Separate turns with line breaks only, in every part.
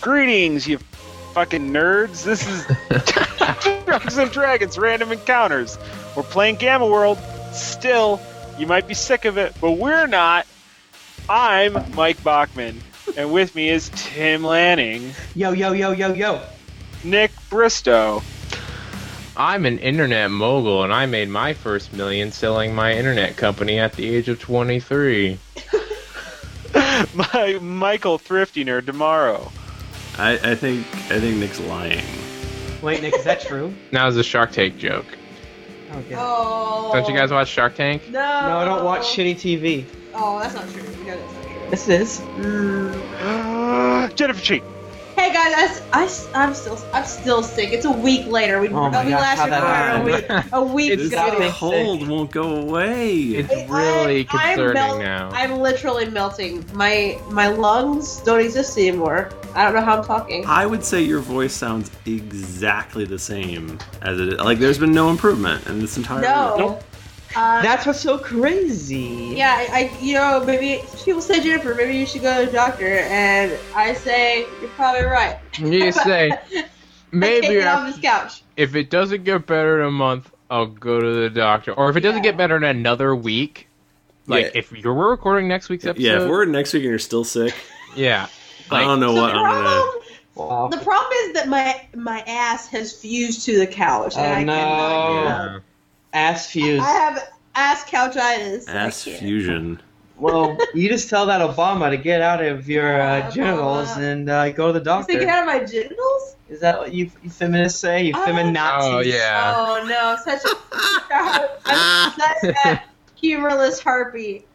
Greetings, you fucking nerds. This is Drunks and Dragons Random Encounters. We're playing Gamma World. Still, you might be sick of it, but we're not. I'm Mike Bachman, and with me is Tim Lanning,
Yo, yo, yo, yo, yo.
Nick Bristow,
I'm an internet mogul, and I made my first million selling my internet company at the age of 23.
my Michael Thrifty tomorrow.
I, I think I think Nick's lying.
Wait, Nick, is that true?
Now is a Shark Tank joke.
Oh, God.
Oh.
Don't you guys watch Shark Tank?
No.
No, I don't watch shitty TV.
Oh, that's not true. You know that's not true. Mm.
This is.
Jennifer Cheek.
Hey guys, I s- I, s- I'm still, I'm still sick. It's a week later. We,
Oh my
we
gosh, how
lasted
that
for a week. A week.
This
got me.
cold won't go away.
It's really
I- I'm
concerning
melt-
now.
I'm literally melting. My my lungs don't exist anymore. I don't know how I'm talking.
I would say your voice sounds exactly the same as it is. Like there's been no improvement in this entire.
no.
Nope.
Uh,
That's what's so crazy.
yeah, I, I you know maybe people say Jennifer, maybe you should go to a doctor, and I say you're probably right.
you say,
I
maybe
can't get off
after,
this couch.
if it doesn't get better in a month, I'll go to the doctor. Or if it doesn't
Yeah.
get better in another week, like
Yeah.
if you're, we're recording next week's episode,
Yeah, if we're next week and you're still sick,
yeah,
I don't know
So
what
the
I'm gonna.
problem-
Wow.
The problem is that my my ass has fused to the couch.
Oh,
and I cannot
no.
get up.
yeah.
Ass fuse.
I have ass couchitis.
Ass
I can't.
fusion.
well, you just tell that Obama to get out of your uh,
Obama.
genitals and uh, go to the
Is it
doctor.
get out of my genitals?
Is that what you, you feminists say? You
Oh.
feminazis?
Oh, yeah.
Oh no, such a I'm such a humorless harpy.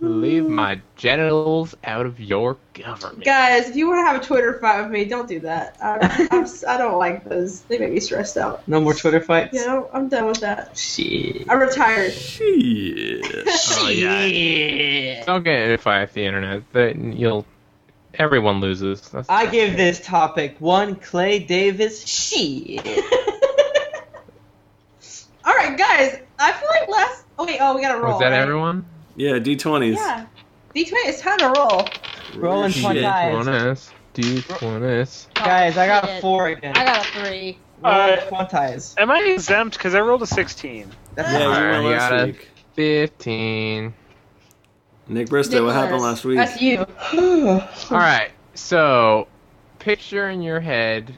Leave my genitals out of your government.
Guys, if you want to have a Twitter fight with me, don't do that. I'm, I'm, si don't like those. They make me stressed out.
No more Twitter fights?
You know, I'm done with that.
Shit.
I'm retired.
Shit.
Oh, yeah. Don't get edified if the internet. Then you'll everyone loses. That's
I give this topic one Clay Davis.
Oh,
Shit.
All right, guys. I feel like last. Oh wait. Oh, we got to roll.
was that
right?
everyone?
Yeah, D20s.
Yeah. D20. It's time to roll.
Rolling
Shit.
20 eyes.
D20s. D20s.
Guys, I got a four again.
I got a three.
Roll
Uh,
quantize.
Am I exempt? Because I rolled a 16.
That's
Yeah, you
Alright,
went
you
last
gotta-
week.
Fifteen.
Nick Bristow, what happened last week?
That's you.
All right. So, picture in your head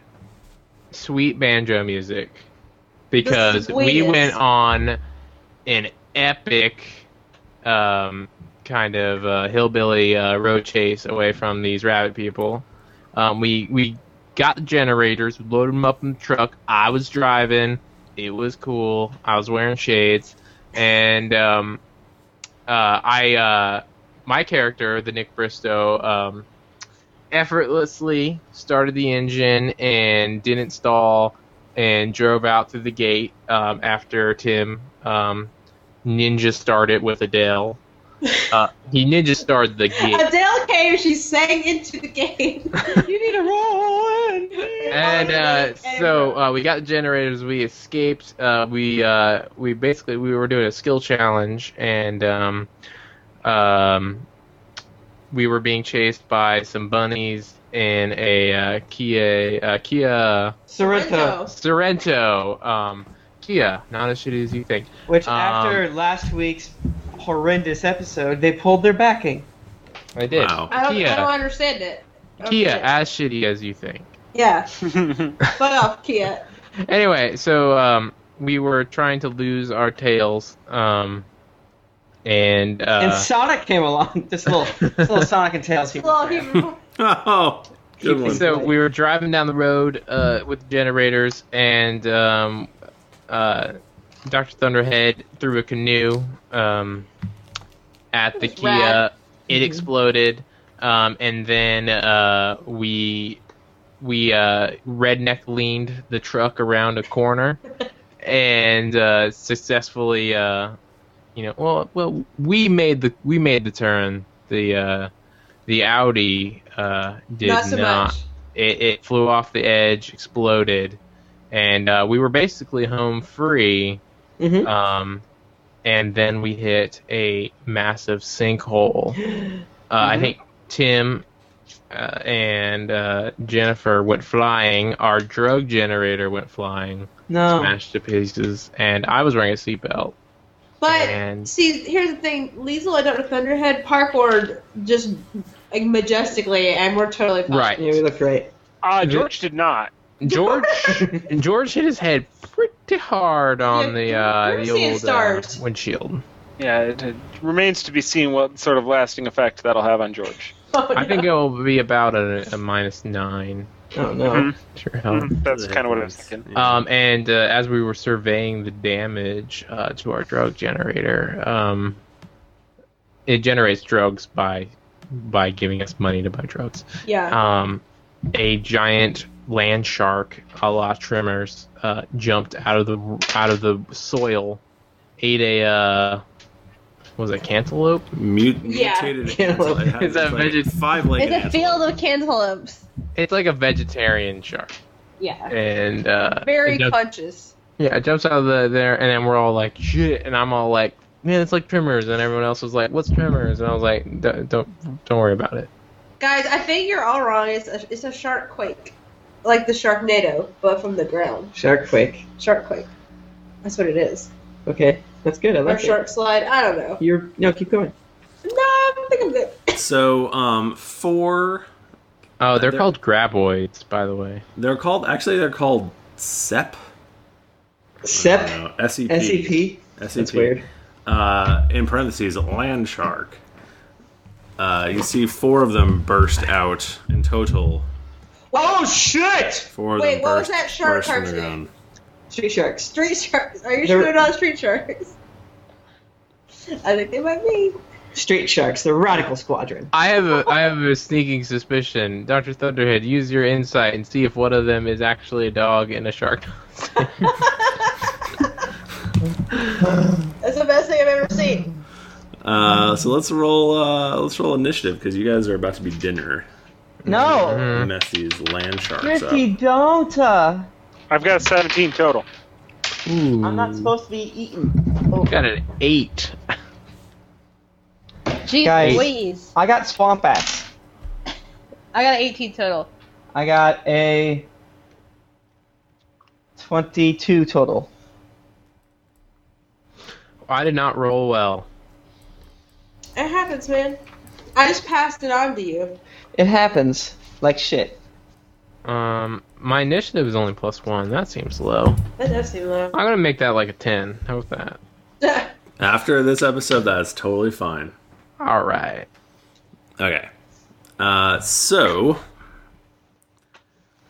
sweet banjo music because we
sweetest.
went on an epic um, kind of uh, hillbilly uh, road chase away from these rabbit people. Um, we we got the generators, loaded them up in the truck. I was driving. It was cool. I was wearing shades, and um, uh, I uh, my character, the Nick Bristow, um, effortlessly started the engine and didn't stall and drove out through the gate um, after Tim um, ninja started with Adele. Uh, he ninja started the gate.
Adele came. She sang into the game. you need a roll.
And uh, so uh, we got the generators. We escaped. Uh, we uh, we basically we were doing a skill challenge, and um, um, we were being chased by some bunnies in a uh, Kia uh, Kia
Sorrento,
Sorrento. Um, Kia, not as shitty as you think.
which
Um,
after last week's horrendous episode, they pulled their backing.
I did.
Wow.
I don't, I
Kia.
don't understand it.
Kia,
Okay.
as shitty as you think.
Yeah. But off, Kia.
anyway, so um, we were trying to lose our tails, um,
and
and uh,
Sonic came along. This little, this little Sonic and Tails. He,
Well, he-
Oh, good one.
so we were driving down the road uh, with generators, and um, uh, Doctor Thunderhead threw a canoe um, at the
That was
Kia.
rad. Mm-hmm.
It exploded, um, and then uh, we we uh, redneck leaned the truck around a corner and uh, successfully uh, you know well well we made the we made the turn the uh, the Audi uh, did
not
not,
so much.
It, it flew off the edge exploded and uh, we were basically home free
Mm-hmm.
Mhm.
um, and then we hit a massive sinkhole uh, I
Mm-hmm.
Mhm.
think Tim uh, and uh, Jennifer went flying. Our drug generator went flying,
Oh.
No.
smashed to pieces, and I was wearing a seatbelt.
But
And-
see, here's the thing: Liesel and Dr. Thunderhead parkoured just like majestically, and we're totally fine.
Right.
Yeah, we look great.
Uh,
Is it-
George did not.
George George hit his head pretty hard on the
Yeah,
uh,
we're
the
seeing
old uh,
stars.
windshield.
Yeah, it, it remains to be seen what sort of lasting effect that'll have on George.
Oh,
I
no.
think it will be about a, a minus nine.
Oh no.
Mhm.
Sure.
Mm, That's kind of what I was thinking.
Yeah.
Um, and uh, as we were surveying the damage uh, to our drug generator, um, it generates drugs by by giving us money to buy drugs.
Yeah.
Um, a giant land shark, a la Trimmers, uh, jumped out of the out of the soil, ate a uh, what was it cantaloupe?
Mut-
Yeah.
Mutated
Cantaloupe.
antelope.
It's a
It's like
midget.
five legged
It's a field of cantaloupes.
It's like a vegetarian shark,
Yeah.
and uh,
Very
it jumped-
conscious.
Yeah, it jumps out of the there, and then we're all like, shit, and I'm all like, man, it's like Tremors, and everyone else was like, what's Tremors? And I was like, "D- don't don't worry about it.
Guys, I think you're all wrong. It's a, it's a shark quake, like the Sharknado, but from the ground.
Sharkquake.
Shark quake. That's what it is.
Okay, that's good. I
Or
like it.
shark slide. I don't know.
You're no, keep going.
No, I think I'm good.
So, um, four.
Oh, they're
They're-
called graboids, by the way.
They're called. Actually, they're called SEP.
Sep.
Uh, SEP.
E
SCP.
SEP.
That's weird.
Uh, in parentheses, land shark. Uh, you see four of them burst out in total.
Oh shit!
Four of
Wait,
them
what was
burst,
that shark
burst from the
cartoon?
ground.
Street sharks.
Street sharks. Are you
They're-
sure they're not street sharks? I think they might be.
Street sharks. The Radical Squadron.
I have a I have a sneaking suspicion, Doctor Thunderhead, use your insight and see if one of them is actually a dog and a shark.
That's the best thing I've ever seen.
Uh, so let's roll. Uh, let's roll initiative because you guys are about to be dinner.
No,
And that's these land
Mm-hmm.
sharks. Up.
Christy, don't. Uh,
I've got a 17 total.
Ooh,
I'm not supposed to be eaten.
got an eight.
Jeez
Guys.
Louise.
I got swamp ass.
I got an 18 total.
I got a twenty-two total.
I did not roll well.
It happens, man. I just passed it on to you.
It happens like shit.
Um, my initiative is only plus one. That seems low.
That does seem low.
I'm gonna make that like a ten. How about that?
After this episode, that's totally fine.
All right.
Okay. Uh, so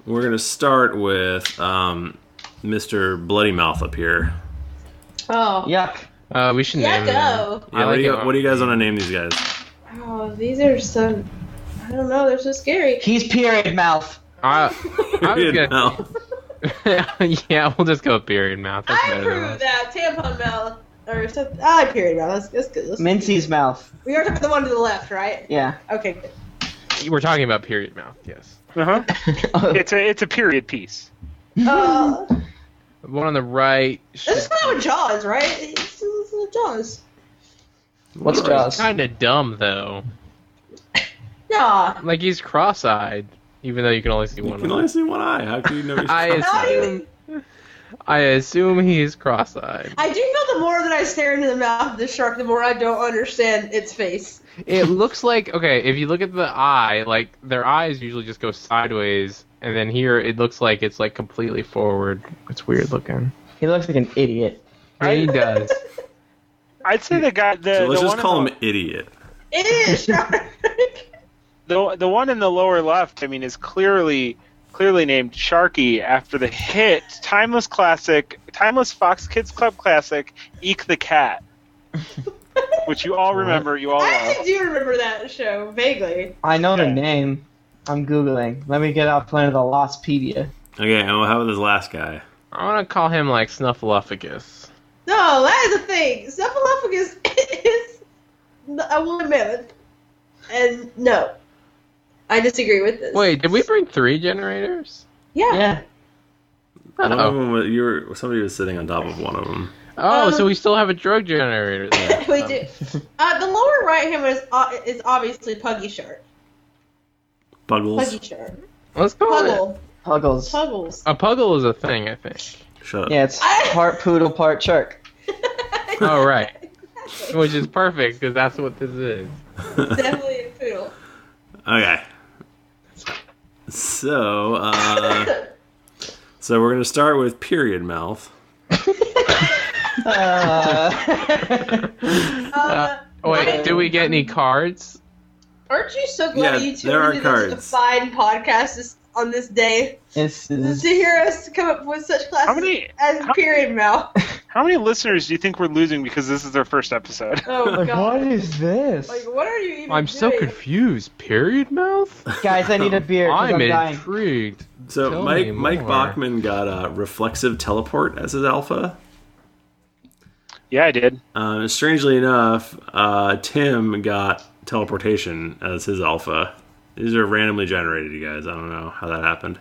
we're gonna start with um, Mr. Bloody Mouth up here.
oh.
Yuck.
Uh, we should
Yeah,
name them.
go.
Yeah,
I
what, do
like
you,
it.
what do you guys want to name these guys?
Oh, these are so. I don't know. They're so scary.
He's period mouth.
I, I was
Period
gonna,
mouth.
yeah, we'll just go period mouth. That's
I
better than
approve that tampon mouth or something. I like period mouth. That's, that's good. That's-
Mincy's mouth.
we are talking about the one to the left, right?
Yeah.
Okay. Good.
that. We're talking about period mouth. Yes.
Uh-huh.
Oh,
It's a it's a period piece.
Uh,
The one on the right.
this is kind of what Jaws, right? It's, it's like Jaws.
What's Jaws?
Kind of dumb though.
Nah.
Like he's cross-eyed, even though you can only see
You
one.
can
eye.
only see one eye. How can you know? he's
I
How do
cross-eyed?
you-
assume. I assume he's cross-eyed.
I do feel the more that I stare into the mouth of the shark, the more I don't understand its face.
It looks like okay, if you look at the eye, like their eyes usually just go sideways, and then here it looks like it's like completely forward. It's weird looking.
He looks like an idiot.
he does.
I'd say the guy the
So let's
the
just
one
call
in
him idiot.
It is shark.
the, the the one in the lower left. I mean, is clearly clearly named Sharky after the hit timeless classic, timeless Fox Kids Club classic, Eek the Cat, which you all remember, you all
I
love.
actually do remember that show vaguely.
I know the
Okay.
name. I'm googling. Let me get out Planet of the Lostpedia.
Okay, and how about this last guy?
I want to call him like Snuffleupagus.
No, that is a thing. Cephalophagus is a woolly mammoth. And no. I disagree with this.
Wait, did we bring three generators?
Yeah.
Yeah.
One of
Oh,
them was, you were somebody was sitting on top of one of them.
oh,
Um,
so we still have a drug generator. There.
we do. Uh, the lower right hand was uh, is obviously Puggy Shark.
Buggles.
Puggy shark.
Let's call it.
Puggle.
Puggles.
Puggles.
A puggle is a thing, I think.
Shut up.
Yeah, it's part poodle, part shark.
Oh. All right. Which is perfect because that's what this is.
Definitely a poodle.
Okay. So, uh, so we're gonna start with period mouth.
Uh,
Uh,
Wait, do we get any cards?
aren't you so glad
Yeah,
you two
there
are
are
into
cards.
this fine podcast this, on this day
this
to
is
hear us come up with such classes
many-
as
how-
period mouth?
How many listeners do you think we're losing because this is their first episode?
Oh
like, what
god.
is this?
Like what are you even
I'm so
doing?
confused. Period mouth?
Guys, I need a beer 'cause
I'm,
I'm dying.
intrigued.
So
Tell
Mike
me
Mike
more.
Bachman got uh, reflexive teleport as his alpha.
yeah, I did.
Um, strangely enough, uh, Tim got teleportation as his alpha. These are randomly generated, you guys. I don't know how that happened.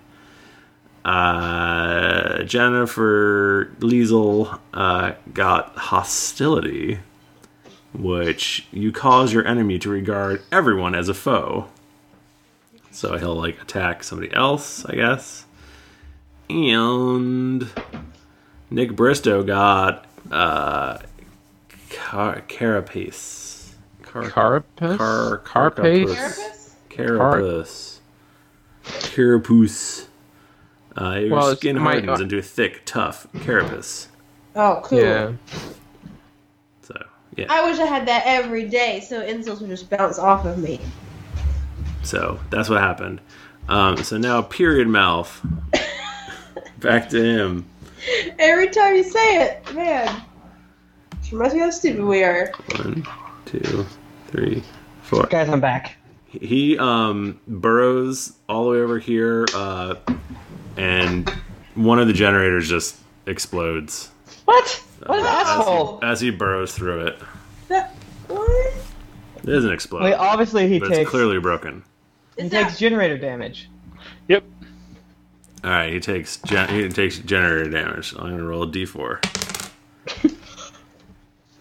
Uh, Jennifer Liesel uh, got hostility, which you cause your enemy to regard everyone as a foe. So he'll like attack somebody else, I guess. And Nick Bristow got uh, car- carapace. Car-
Carapace?
Car-
Carapace?
Therapist?
Carapace. Carapace. Uh, your
Well, it's-
skin
it might-
hardens into a thick, tough carapace.
Oh, cool.
Yeah.
So, yeah.
I wish I had that every day, so insults would just bounce off of me.
So that's what happened. Um, so now, period mouth. Back to him.
Every time you say it, man. She must be how stupid we are.
One, two, three, four.
Guys, I'm back.
He um, burrows all the way over here, uh, and one of the generators just explodes
What? What an
asshole.
asshole!
as he burrows through it.
That what?
It doesn't explode,
Wait, obviously he
but it's
takes
clearly broken.
he
Is
takes
that
generator damage.
Yep.
All right, he takes gen- he takes generator damage. I'm gonna roll a d4.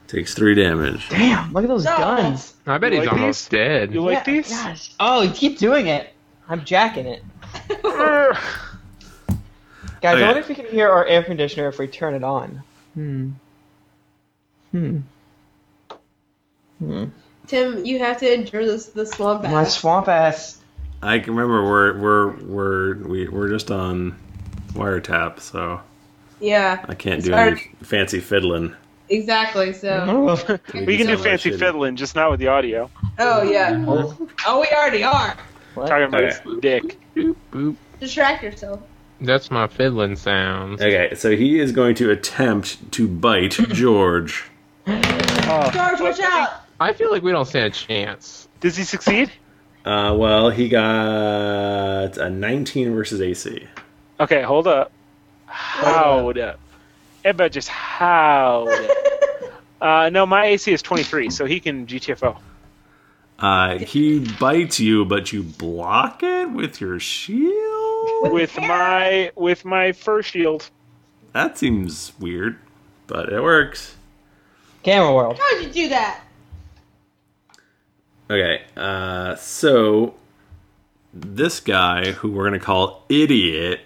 takes three damage.
Damn, look at those
No.
guns.
I bet
You
he's
like
almost dead.
You like
Yeah,
these?
Gosh. Oh, you keep doing it. I'm jacking it.
Urgh.
Guys,
Okay.
I wonder if we can hear our air conditioner if we turn it on. Hmm. Hmm.
Tim, you have to endure this the slump
My
bath.
swamp ass.
I can remember we're we're we're we, we're just on wiretap, so
Yeah,
I can't
It's
do
hard.
any fancy fiddling.
exactly. So
We can do
sound like
fancy
shit.
fiddling, just not with the audio.
Oh yeah.
Oh.
Oh we already are.
Talking about
Okay.
his dick.
Boop, boop.
Distract yourself.
That's my fiddling sounds.
Okay, so he is going to attempt to bite George.
George, watch out!
I feel like we don't stand a chance.
Does he succeed?
Uh, well, he got a 19 versus AC.
Okay, hold up. Howd up. Everybody just howd up. Uh, no, my AC is 23, so he can GTFO.
Uh, he bites you, but you block it with your shield.
With my with my fur shield.
That seems weird, but it works.
Gamma World.
How'd you do that?
Okay, uh, so this guy, who we're gonna call idiot,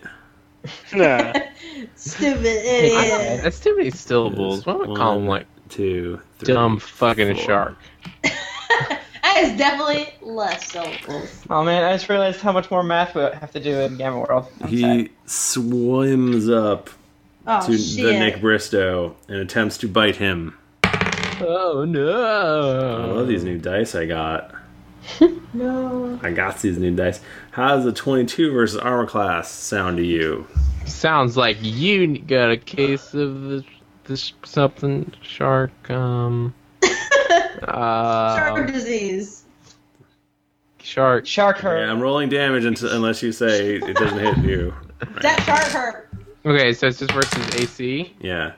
Nah.
Stupid idiot.
That's too many syllables. Why don't we call him like
two, three,
dumb fucking
four.
shark?
that is definitely less syllables.
Oh man, I just realized how much more math we have to do in Gamma World. I'm sorry.
He swims up
Oh
to the
shit.
Nick Bristow and attempts to bite him.
Oh no!
I love these new dice I got.
no.
I got these new dice. How does a 22 versus armor class sound to you?
Sounds like you got a case of the this something shark. Um.
Shark
Um,
Uh,
disease.
shark.
Shark her.
Yeah, I'm rolling damage until, unless you say it doesn't hit you.
That shark hurt.
Okay, so it's just versus AC.
Yeah.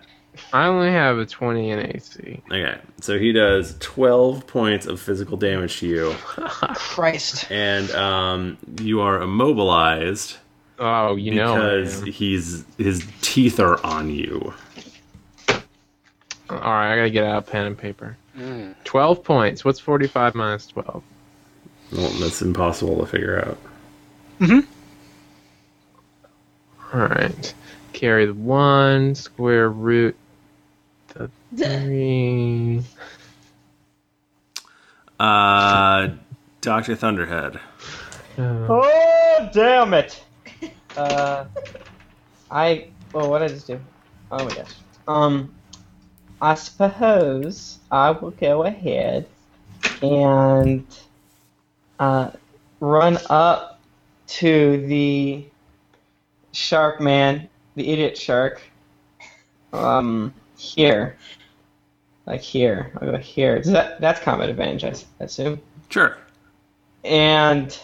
I only have a 20 in AC.
Okay. So he does 12 points of physical damage to you,
Christ.
and um, you are immobilized
Oh, you know.
because he's his teeth are on you.
All right, I gotta get out pen and paper. 12 points. What's 45 minus 12?
Well, that's impossible to figure out.
All right. Carry the one square root three.
Uh, Doctor Thunderhead.
Uh,
Oh damn it! Uh, I well, what did I just do? Oh my gosh. Um, I suppose I will go ahead and uh, run up to the shark man, the idiot shark. Um, here, like here. I'll go here. Does that that's combat advantage, I s- assume.
Sure.
And let's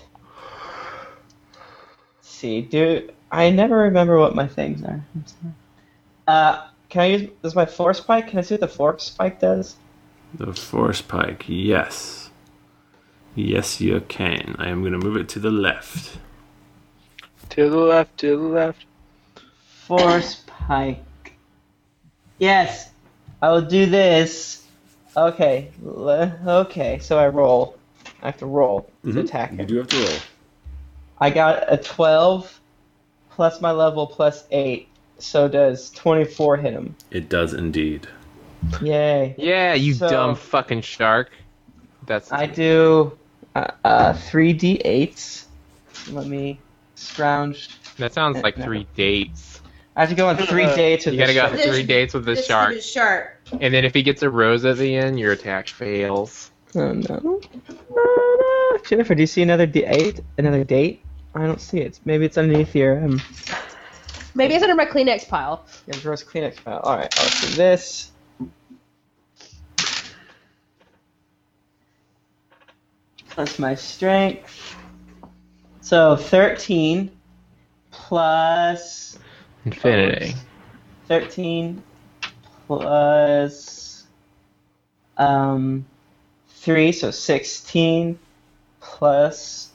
see, do I never remember what my things are? I'm sorry. Uh, can I use? Does my force spike? Can I see what the force spike does?
The force pike. Yes. Yes, you can. I am going to move it to the left.
To the left, to the left.
Force pike. Yes, I will do this. Okay, le- okay. So I roll. I have to roll to attack
Mm-hmm. You
him.
do have to roll.
I got a twelve, plus my level plus eight. So does twenty-four hit him?
It does indeed.
Yay.
yeah, you
So-
dumb fucking shark. That's
I do uh, uh, three d8s. Let me scrounge.
that sounds like three dates.
I have to go on three
Uh,
dates with
You gotta
this
go
shit.
This-
three dates with the
This
shark,
is sharp.
and then if he gets a rose at the end, your attack fails.
Oh no. No, no. Jennifer, do you see another d8? Another date? I don't see it. Maybe it's underneath your um,
Maybe it's under my Kleenex pile.
your gross Kleenex file. All right, I'll do this. Plus my strength. So thirteen plus
Infinity.
13 plus um, 3, so 16 plus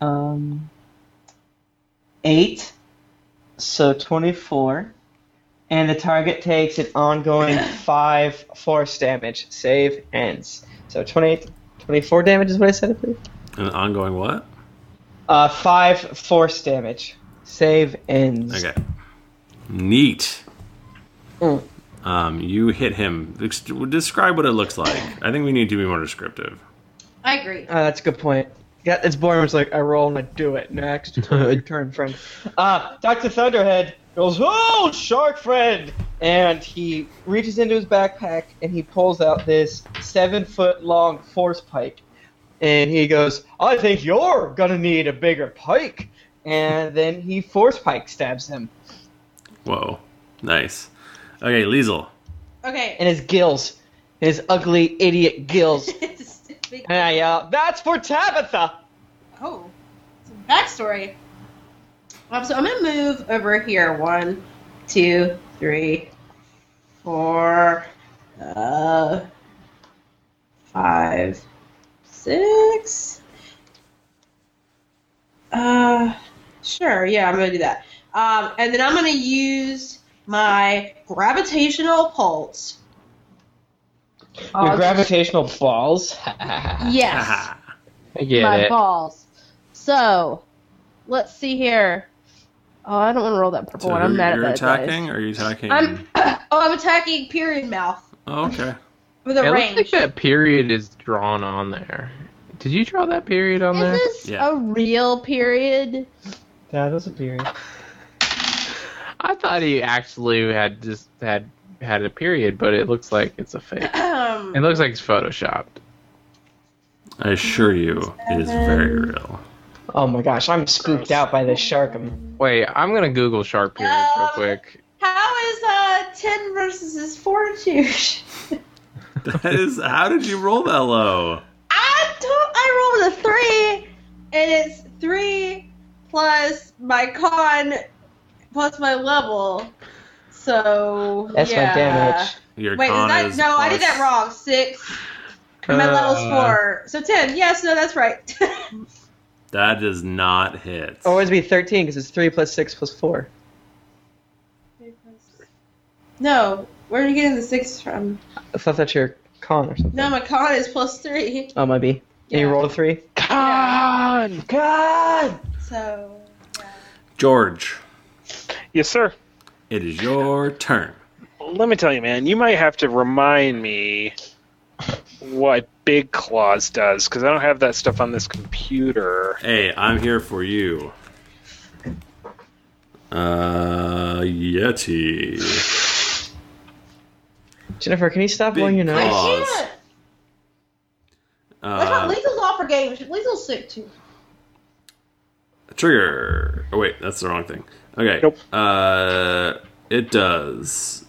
um, 8, so 24. And the target takes an ongoing 5 force damage. Save ends. So 28, 24 damage is what I said, I believe.
An ongoing what?
Uh, 5 force damage. Save ends.
Okay. Neat.
Mm.
Um, you hit him. Ex- Describe what it looks like. I think we need to be more descriptive.
I agree.
Uh, that's a good point. Yeah, it's boring. It's like I roll and I do it next. Your turn, friend. Uh, Doctor Thunderhead goes, "Oh, shark friend!" And he reaches into his backpack and he pulls out this seven-foot-long force pike. And he goes, "I think you're gonna need a bigger pike." And then he force pike stabs him
Whoa. Nice. Okay, Liesel.
Okay.
in his gills, his ugly idiot gills.
It's a big-
And I yell, "That's for Tabitha!"
oh, some backstory. Um, so I'm gonna move over here. One, two, three, four, uh, five, six. Uh, sure. Yeah, I'm gonna do that. Um, and then I'm gonna use my gravitational pulse.
Your
Oh,
gravitational balls.
yes,
I get
my
it.
balls. So, let's see here. Oh, I don't want to roll that purple
So
one. I'm
who-
mad at
you're
that. dice.
attacking? Or are you attacking?
I'm oh, I'm attacking period mouth
Oh, okay.
with a
It looks
range.
like that period is drawn on there. Did you draw that period on
Is
there?
this
Yeah.
a real period?
That was a period.
I thought he actually had just had had a period, but it looks like it's a fake.
Um,
It looks like it's photoshopped.
I assure you, it is very real.
Oh my gosh, I'm spooked out by this shark. I'm-
Wait, I'm gonna Google shark period real
Um,
quick.
How is uh ten versus his fortitude?
That is. How did you roll that low?
I don't. I rolled a three, and it's three plus my con plus my level. So
That's
yeah.
my damage.
Your
Wait, is
con
that
is
no? I did
plus-
that wrong. Six. And my level's
Uh,
four, so ten. Yes, no, that's right.
That does not hit.
Oh,
Or would it be 13 because it's 3 plus 6 plus 4?
no, where are you getting the six from?
I thought that's your con or something.
No, my con is plus three.
Oh, might be. And
Yeah.
you rolled a 3?
Uh,
Con!
God!
So
George,
Yes, sir.
it is your turn.
Let me tell you, man. You might have to remind me what Big Claws does because I don't have that stuff on this computer.
Hey, I'm here for you. Uh, Yeti.
Jennifer, can you stop
Big
blowing your nose?
cock.
I
Pause.
can't. That's what
Uh,
Legal's all for games. Legal's sick too.
trigger. Oh wait, that's the wrong thing. Okay.
Nope.
Uh, it does.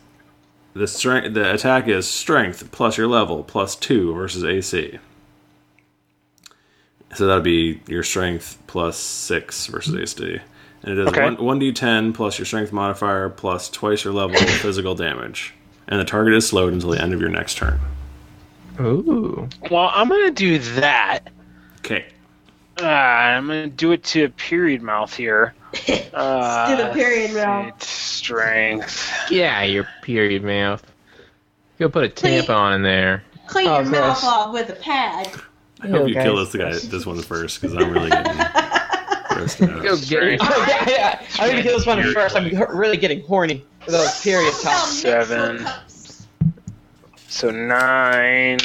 The strength. The attack is strength plus your level plus two versus AC. So that'll be your strength plus six versus AC, and it is
Okay.
one one d10 plus your strength modifier plus twice your level of physical damage, and the target is slowed until the end of your next turn.
Ooh.
Well, I'm gonna do that.
Okay.
Uh, I'm gonna do it to a period mouth here. Uh,
Still a period mouth.
it's Strength.
Yeah, your period mouth. Go put a
Please.
tampon in there.
Clean
Oh,
your mouth
gross.
off with a pad.
I hope
Ew,
you kill
guys.
this guy, this one first, because I'm really getting grossed out.
Go get it.
Oh, yeah, yeah. I need to kill this one
Period.
first. I'm h- really getting horny with those period
Now
talks.
mix
Seven.
some cups.
So nine.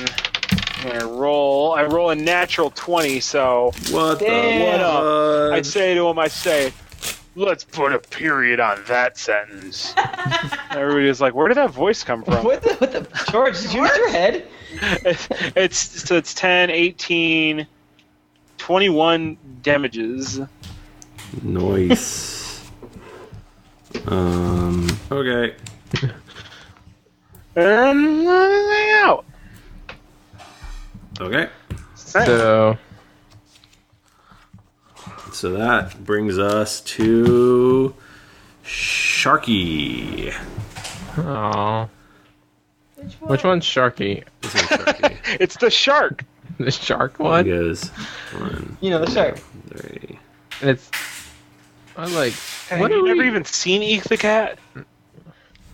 I roll. I roll a natural twenty. So
What
Damn.
What up?
the?
I say to him, I say, "Let's put a period on that sentence." Everybody's like, "Where did that voice come from?"
What the, what the? George, did you hit your head?
it's it's- so it's 10, 18, 21 damages.
Noise. um. Okay.
And nothing out.
Okay.
So
So that brings us to Sharky.
oh.
Which one?
Which one's Sharky?
This one's Sharky.
it's the shark.
The shark
He
one?
goes one,
You know the shark.
three.
And it's I like
Have
what
you
are
never
we-
even seen Eek the Cat?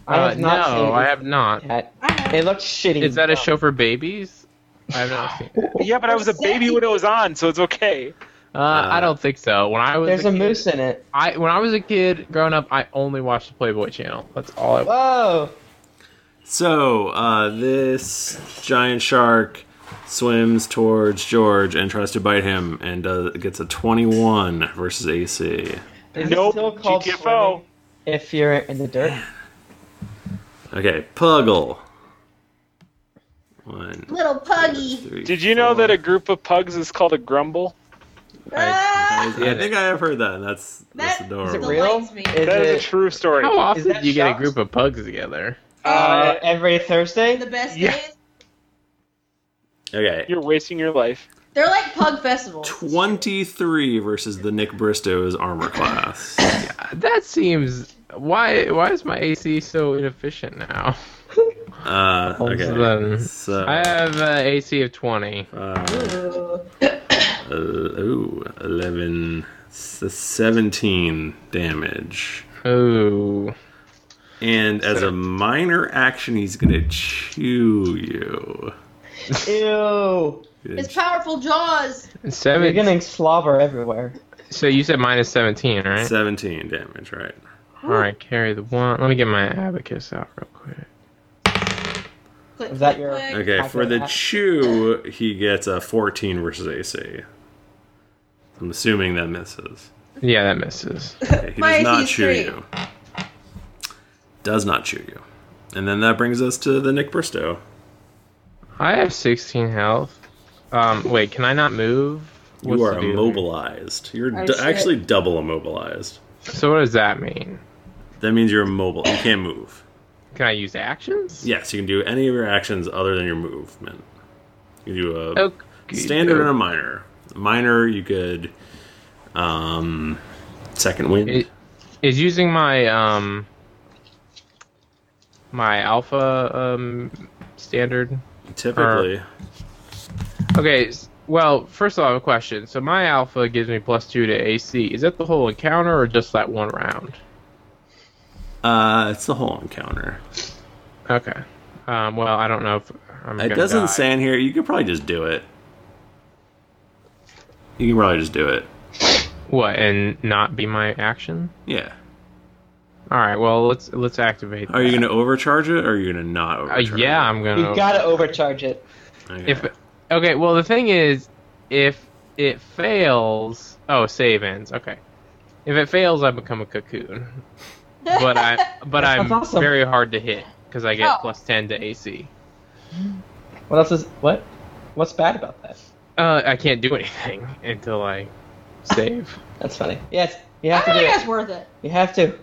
I
uh,
have not
no,
seen
I have not.
that.
I have-
It looked shitty.
Is that a show for babies? I have not seen it.
Yeah, but I was a baby when it was on, so it's okay.
Uh, I don't think so. When I was
There's a
kid-
moose in it.
I when I was a kid growing up, I only watched the Playboy Channel. That's all I watched.
Whoa!
So uh, this giant shark swims towards George and tries to bite him and uh, gets a 21 versus AC.
Is
Nope,
it still called
GTFO.
swimming If you're in the dirt.
Okay, Puggle. One,
Little puggy.
three,
Did you know
four.
that a group of pugs is called a grumble?
I,
Ah,
I think I have heard that. and That's that's
That-
adorable.
Is it
Delights
real?
me.
Is
That is a
it
true story.
How often
that
do you get a
shots?
group of pugs together?
uh,
Uh,
every Thursday?
the best
Yeah.
days.
Okay.
you're wasting your life.
They're like pug festivals.
23 versus the Nick Bristow's armor class.
That seems why why is my AC so inefficient now?
Uh, okay.
Then-
So,
I have an AC of twenty.
uh, uh, ooh, 11, s- 17 damage.
Ooh.
And as a minor action, he's going to chew you.
Ew!
His powerful jaws.
You're
Seven
getting slobber everywhere.
so you said minus seventeen, right?
17 damage, right?
Alright, carry the one let me get my abacus out real quick.
Click,
Is that
click,
your-
click.
Okay, for the chew, he gets a 14 versus AC. I'm assuming that misses.
Yeah, that misses.
Okay, he
My
does not
AC is
chew
three.
you. Does not chew you. And then that brings us to the Nick Bristow.
I have sixteen health. Um wait, can I not move? What's
you are
the deal?
immobilized. You're
Oh,
du-
shit.
actually double immobilized.
So what does that mean?
That means you're immobile. You can't move.
Can I use actions?
Yes, you can do any of your actions other than your movement. You can do a
Okay,
standard and
doke.
a minor. Minor, you could um, second wind.
It- is using my um my alpha um standard
typically,
Er. okay s- well first of all i have a question so my alpha gives me plus two to ac is that the whole encounter or just that one round
uh, it's the whole encounter.
okay um well i don't know if i'm
It
gonna
doesn't
die.
say in here. You could probably just do it. You can probably just do it.
What and not be my action?
Yeah.
All right. Well, let's let's activate.
Are you
that.
gonna overcharge it, or are you gonna not
Uh,
overcharge?
yeah, I'm
You
gonna.
gotta overcharge it.
it? Okay.
If okay, well the thing is, if it fails, oh save ends. Okay, if it fails, I become a cocoon. But I but I'm
sounds awesome.
very hard to hit because I get
Oh.
plus ten to AC.
What else is what? What's bad about that?
Uh, I can't do anything until I save.
That's funny. Yes, you
I
have to do
really think
it.
it's worth it.
You have to.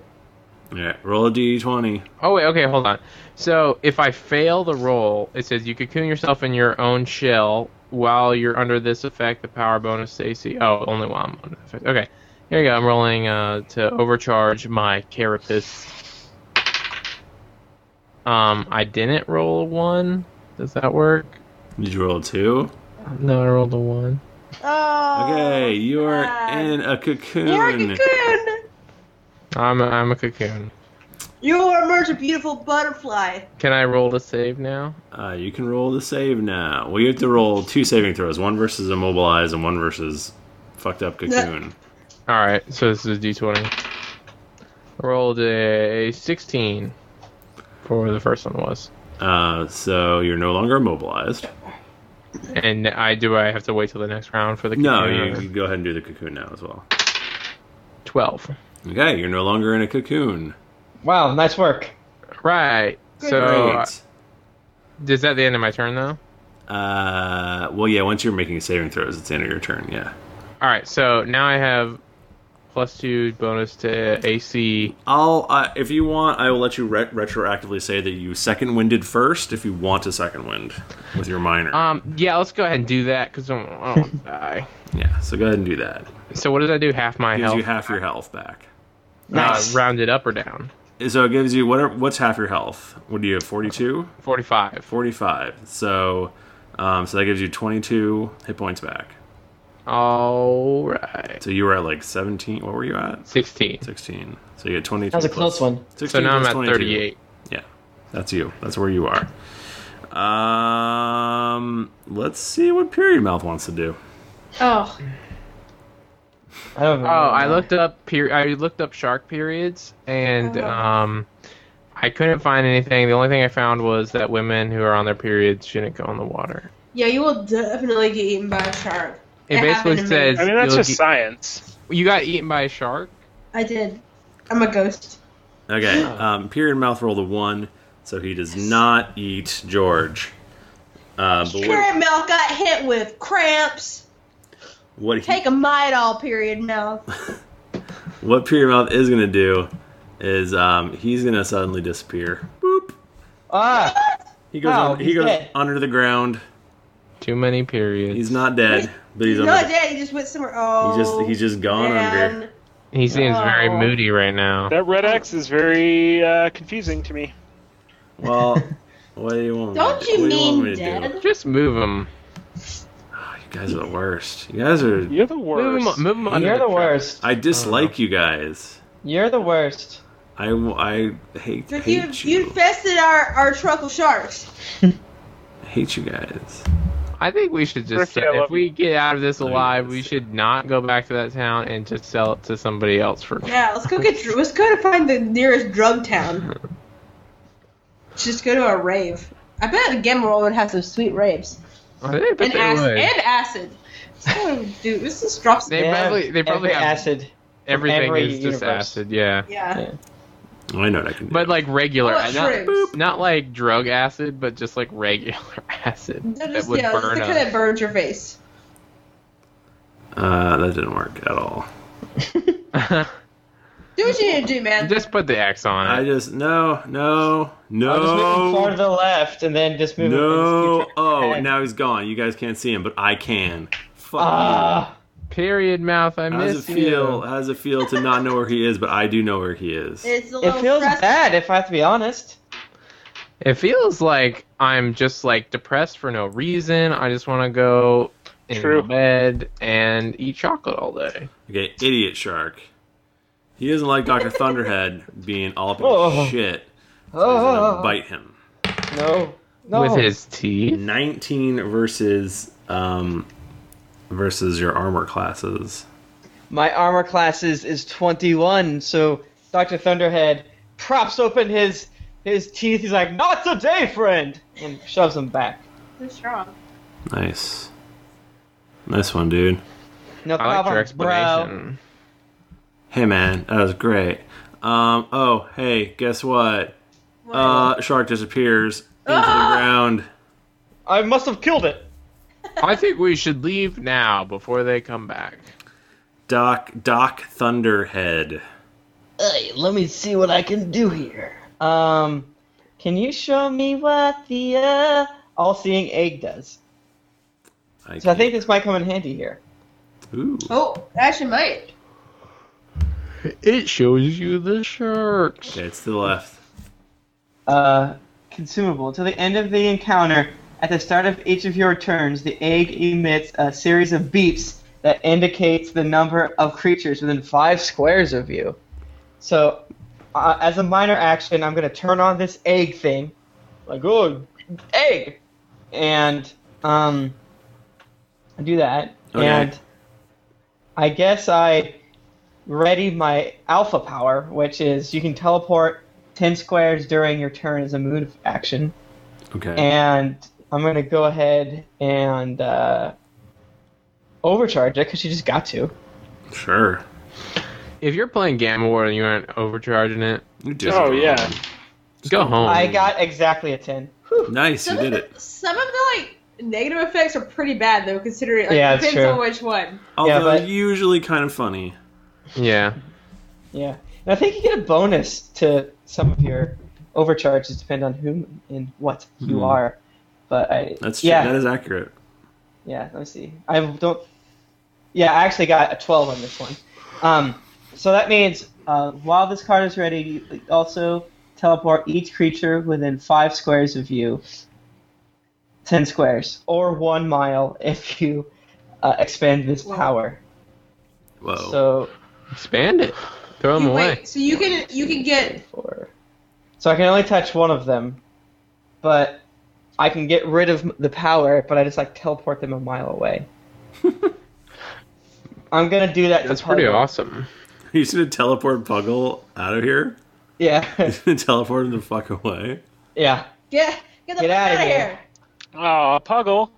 yeah, roll a d20.
Oh wait, okay, hold on. So if I fail the roll, it says you cocoon yourself in your own shell while you're under this effect. The power bonus to AC. Oh, only while I'm under the effect. Okay, here you go. I'm rolling uh, to overcharge my carapace. Um, I didn't roll a one. Does that work?
Did you roll a two?
No, I rolled a one.
Oh.
Okay, you are
God.
in a cocoon.
You're a cocoon.
I'm a, I'm a cocoon.
You will emerge a beautiful butterfly.
Can I roll to save now?
Uh, you can roll the save now. Well, you have to roll two saving throws. One versus immobilize, and one versus fucked up cocoon.
All right, so this is a d20. Rolled a 16 for where the first one was,
Uh, so you're no longer immobilized.
and I do I have to wait till the next round for the
No,
cocoon?
you, you go ahead and do the cocoon now as well.
12.
Okay, you're no longer in a cocoon.
Wow, nice work.
Right.
Good
So uh,
Great.
is that the end of my turn though?
Uh, well, yeah. Once you're making saving throws, it's the end of your turn. Yeah.
All right, so now I have plus 2 bonus to AC.
I'll uh, if you want, I will let you re- retroactively say that you second winded first if you want a second wind with your minor.
Um yeah, let's go ahead and do that cuz I don't, I don't wanna die.
yeah. So go ahead and do that.
So what does that do? Half my
Gives
health.
you half your health back.
Nice.
uh, rounded up or down?
So it gives you what? Are, what's half your health? What do you have? 42?
45.
45. So, um, so that gives you twenty two hit points back.
All right.
So you were at like seventeen. What were you at?
16.
Sixteen. So you get twenty two.
that was a close one.
So now I'm at 38.
Yeah, that's you. That's where you are. Um, let's see what Period Mouth wants to do.
Oh.
I don't
Oh,
remember.
I looked up per- I looked up shark periods and
Oh.
um I couldn't find anything. The only thing I found was that women who are on their periods shouldn't go in the water.
Yeah, you will definitely get eaten by a shark.
It
It happened
basically
to me.
says
I mean, that's
you'll
just science.
get- you got eaten by a shark.
I did. I'm a ghost.
Okay, um, Period Mouth rolled a one, so he does not eat George. Uh, but what,
Period mouth got hit with cramps.
what he,
Take a mite all period mouth.
what Period Mouth is gonna do is um, he's gonna suddenly disappear. Boop.
Ah,
He goes.
Oh,
un- he
he's
goes
dead.
under the ground.
Too many periods.
He's not dead, but he's
He's
under.
not
the-
dead. He just went somewhere. Oh.
He just he's just gone
man.
under.
he seems very
Oh.
moody right now.
That red X is very uh, confusing to me.
Well, what do you want? me to
Don't
do?
you
What do want
mean
me to do?
dead?
Just move him.
Oh, you guys are the worst. You guys are.
You're the
Move
worst.
him. Move him under
you're the
truck.
worst.
I dislike you guys.
You're the worst.
I, I hate,
Dude, you,
hate
you
you.
infested our, our truck of sharks.
I hate you guys.
I think we should just
Ricky, I love
if we get out of this
you
alive,
guys.
we should not go back to that town and just sell it to somebody else for.
Yeah, let's go get. Let's go to find the nearest drug town. Just go to a rave. I bet Gamerol would have some sweet raves
I think- but
and,
they
acid.
would.
and acid. Let's go, Dude, this is drop
They
some.
have
probably- they probably
every
have-
acid.
Everything
every
is just
universe.
acid. Yeah.
Yeah.
I know what I can do.
But like regular,
What
not,
drugs?
not like drug acid, but just like regular acid
No,
that
just,
would
yeah, just
burn
the kind
us.
that burns your face.
uh, that didn't work at all.
Do what you need to do, man.
just put the X
I
on it.
just no, no,
I'll just move him far to
no,
the left and then just move him.
no.
into the future.
Oh,
Okay.
now he's gone. You guys can't see him, but I can. Fuck.
Ah,
Period, mouth. I
you. How does it
miss
feel?
you.
How does it feel to not know where he is, but I do know where he is?
It's a
it
little
feels
stressful.
bad if I have to be honest.
It feels like I'm just like depressed for no reason. I just want to go in
True.
bed and eat chocolate all day.
Okay, idiot shark. He doesn't like Doctor Thunderhead being all up in
Oh.
shit. So he's gonna
Oh,
bite him.
no, no.
With his teeth.
19 versus um versus your armor classes.
My armor classes is 21, so Dr. Thunderhead props open his his teeth. He's like, "Not today, friend," and shoves him back.
They're strong.
Nice. Nice one, dude.
No
I like
problem,
your
bro.
explanation.
Hey, man, that was great. Um, oh, hey, guess what?
What?
Uh, shark disappears into
Ah!
the ground.
I must have killed it.
I think we should leave now before they come back.
Doc, Doc Thunderhead.
Hey, let me see what I can do here. Um, can you show me what the uh, all-seeing egg does? So I think this might come in handy here.
Ooh.
Oh, actually, might.
It shows you the sharks.
Okay, it's to the left.
Uh, consumable. To the end of the encounter, at the start of each of your turns, the egg emits a series of beeps that indicates the number of creatures within five squares of you. So, uh, as a minor action, I'm going to turn on this egg thing. Like, oh, egg! And, um, I do that.
Okay.
And I guess I ready my alpha power, which is you can teleport 10 squares during your turn as a move action.
Okay.
And I'm going to go ahead and uh, overcharge it because you just got to.
Sure.
If you're playing Gamma World and you aren't overcharging it,
You did
Oh,
it.
yeah.
go
Oh,
home.
I got exactly a 10.
Nice, you
Some
did
of
it.
the, some of the like negative effects are pretty bad though, considering like,
Yeah,
it
it's
depends
true.
on which one.
Although
but-
usually kind of funny.
yeah.
Yeah. And I think you get a bonus to some of your overcharges, depend on whom and what you
Hmm.
are. But I,
That's true.
yeah,
That is accurate.
Yeah, let me see. I don't. Yeah, I actually got a 12 on this one. Um, so that means uh, while this card is ready, you also teleport each creature within five squares of you, 10 squares, or one mile if you uh, expand this
Wow.
power.
Whoa.
So,
Expand it. Throw them
You-
away.
wait, so you can you can get
four. so I can only touch one of them, but I can get rid of the power, but I just like teleport them a mile away. I'm gonna do that. to
That's pretty
Puggle.
awesome.
you should have teleport Puggle out of here.
Yeah,
teleport him the fuck away.
yeah.
get get the
Get
fuck
outta
out of here.
here.
Oh, Puggle.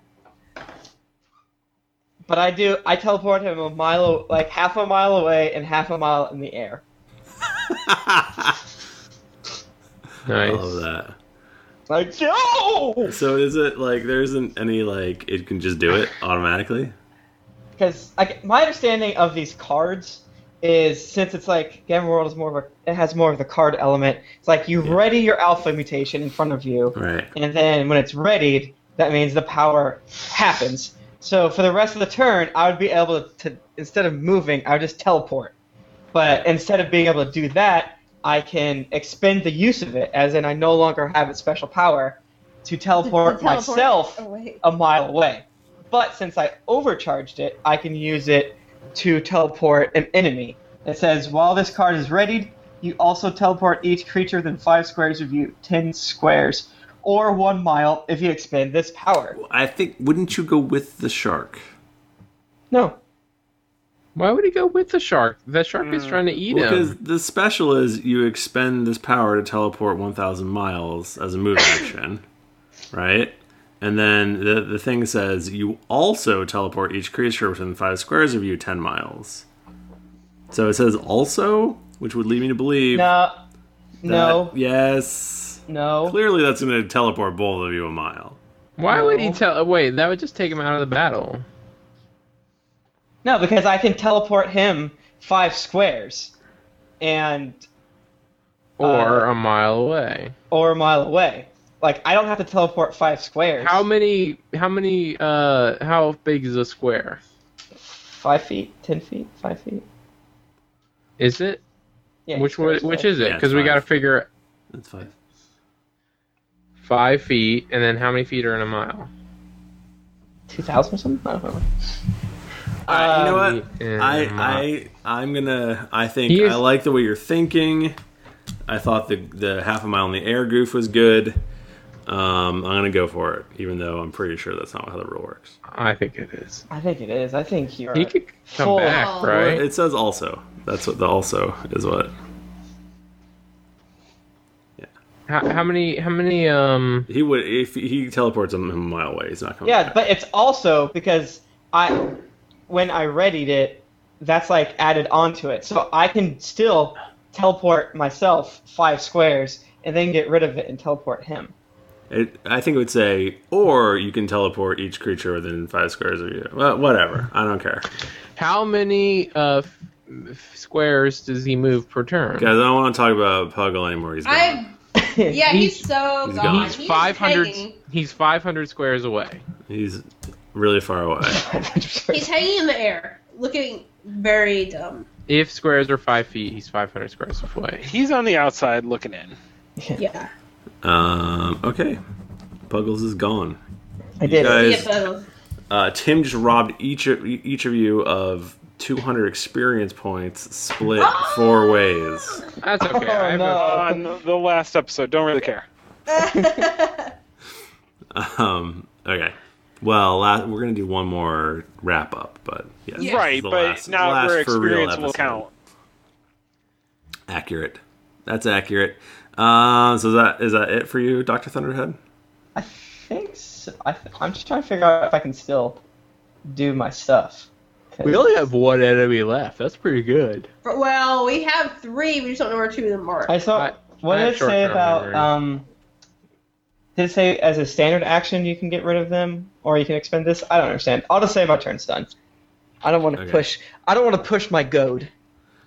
But I do. I teleport him a mile, like half a mile away and half a mile in the air.
I
Nice.
love that.
Like no,
So is it like there isn't any like it can just do it automatically?
because like my understanding of these cards is since it's like Gamma World is more of a, it has more of the card element. It's like you
Yeah.
ready your alpha mutation in front of you,
Right.
and then when it's readied, that means the power happens. So for the rest of the turn, I would be able to instead of moving, I would just teleport. But instead of being able to do that, I can expend the use of it, as in I no longer have its special power to teleport,
teleport.
myself
Oh, wait.
a mile away. But since I overcharged it, I can use it to teleport an enemy. It says while this card is readied, you also teleport each creature within five squares of you, ten squares, or one mile if you expend this power.
I think wouldn't you go with the shark?
No,
Why would he go with the shark? The shark is trying to eat
Because
him.
the special is you expend this power to teleport 1,000 miles as a move action, right? And then the, the thing says you also teleport each creature within five squares of you 10 miles. So it says also, which would lead me to believe.
no,
that-
no,
Yes.
no.
Clearly, that's going to teleport both of you a mile.
Why would he
No.
tell? Wait, that would just take him out of the battle.
No, because I can teleport him five squares and
Or
Uh,
a mile away.
or a mile away. Like I don't have to teleport five squares.
How many? How many? Uh, how big is a square?
Five feet, ten feet, five feet.
Is it?
Yeah.
which one? Which is it?
Yeah, it's
Because we
five.
got to figure
That's fine.
five feet, and then how many feet are in a mile?
two thousand or something? I don't know.
Uh, you know what?
Yeah,
I I I'm gonna. I think
He is-
I like the way you're thinking. I thought the the half a mile in the air goof was good. Um, I'm gonna go for it, even though I'm pretty sure that's not how the rule works.
I think it is.
I think it is. I think you're.
He could come
Full.
back, right?
It says also. That's what the also is what.
How, how many? How many? Um.
He would if he teleports him a mile away. He's not coming.
Yeah,
back.
but it's also because I, when I readied it, that's like added onto it, so I can still teleport myself five squares and then get rid of it and teleport him.
It, I think it would say, or you can teleport each creature within five squares of you. Well, whatever. I don't care.
How many uh f- f- squares does he move per turn?
Guys, I don't want to talk about Puggle anymore. He's gone.
I yeah, he's, so
he's
gone.
gone.
He's five hundred.
hanging.
He's five hundred squares away.
He's really far away.
He's hanging in the air, looking very dumb.
If squares are five feet, he's five hundred squares away.
He's on the outside looking in.
Yeah.
Um, okay. Puggles is gone.
I did. it.
guys-
Yeah,
Is-
but
Uh, Tim just robbed each of each of you of 200 experience points, split four ways.
That's okay.
Oh,
I have
no.
On the last episode, don't really care.
Um, okay. Well, la- we're gonna do one more wrap up, but yeah, this is
Right,
the
but
last-
not
last
where
for real
experience will
episode.
count.
Accurate. That's accurate. Uh, so is that is that it for you, Doctor Thunderhead?
I think so. I th- I'm just trying to figure out if I can still do my stuff. 'Cause-
We only have one enemy left. That's pretty good.
but- well, we have three. We just don't know where two of them are.
I saw.
I-
what
I
did it
have
say
short-term
about?
memory.
Um, did it say as a standard action you can get rid of them, or you can expend this? I don't understand. I'll just say my turn's done. I don't want to
Okay.
push. I don't want to push my goad.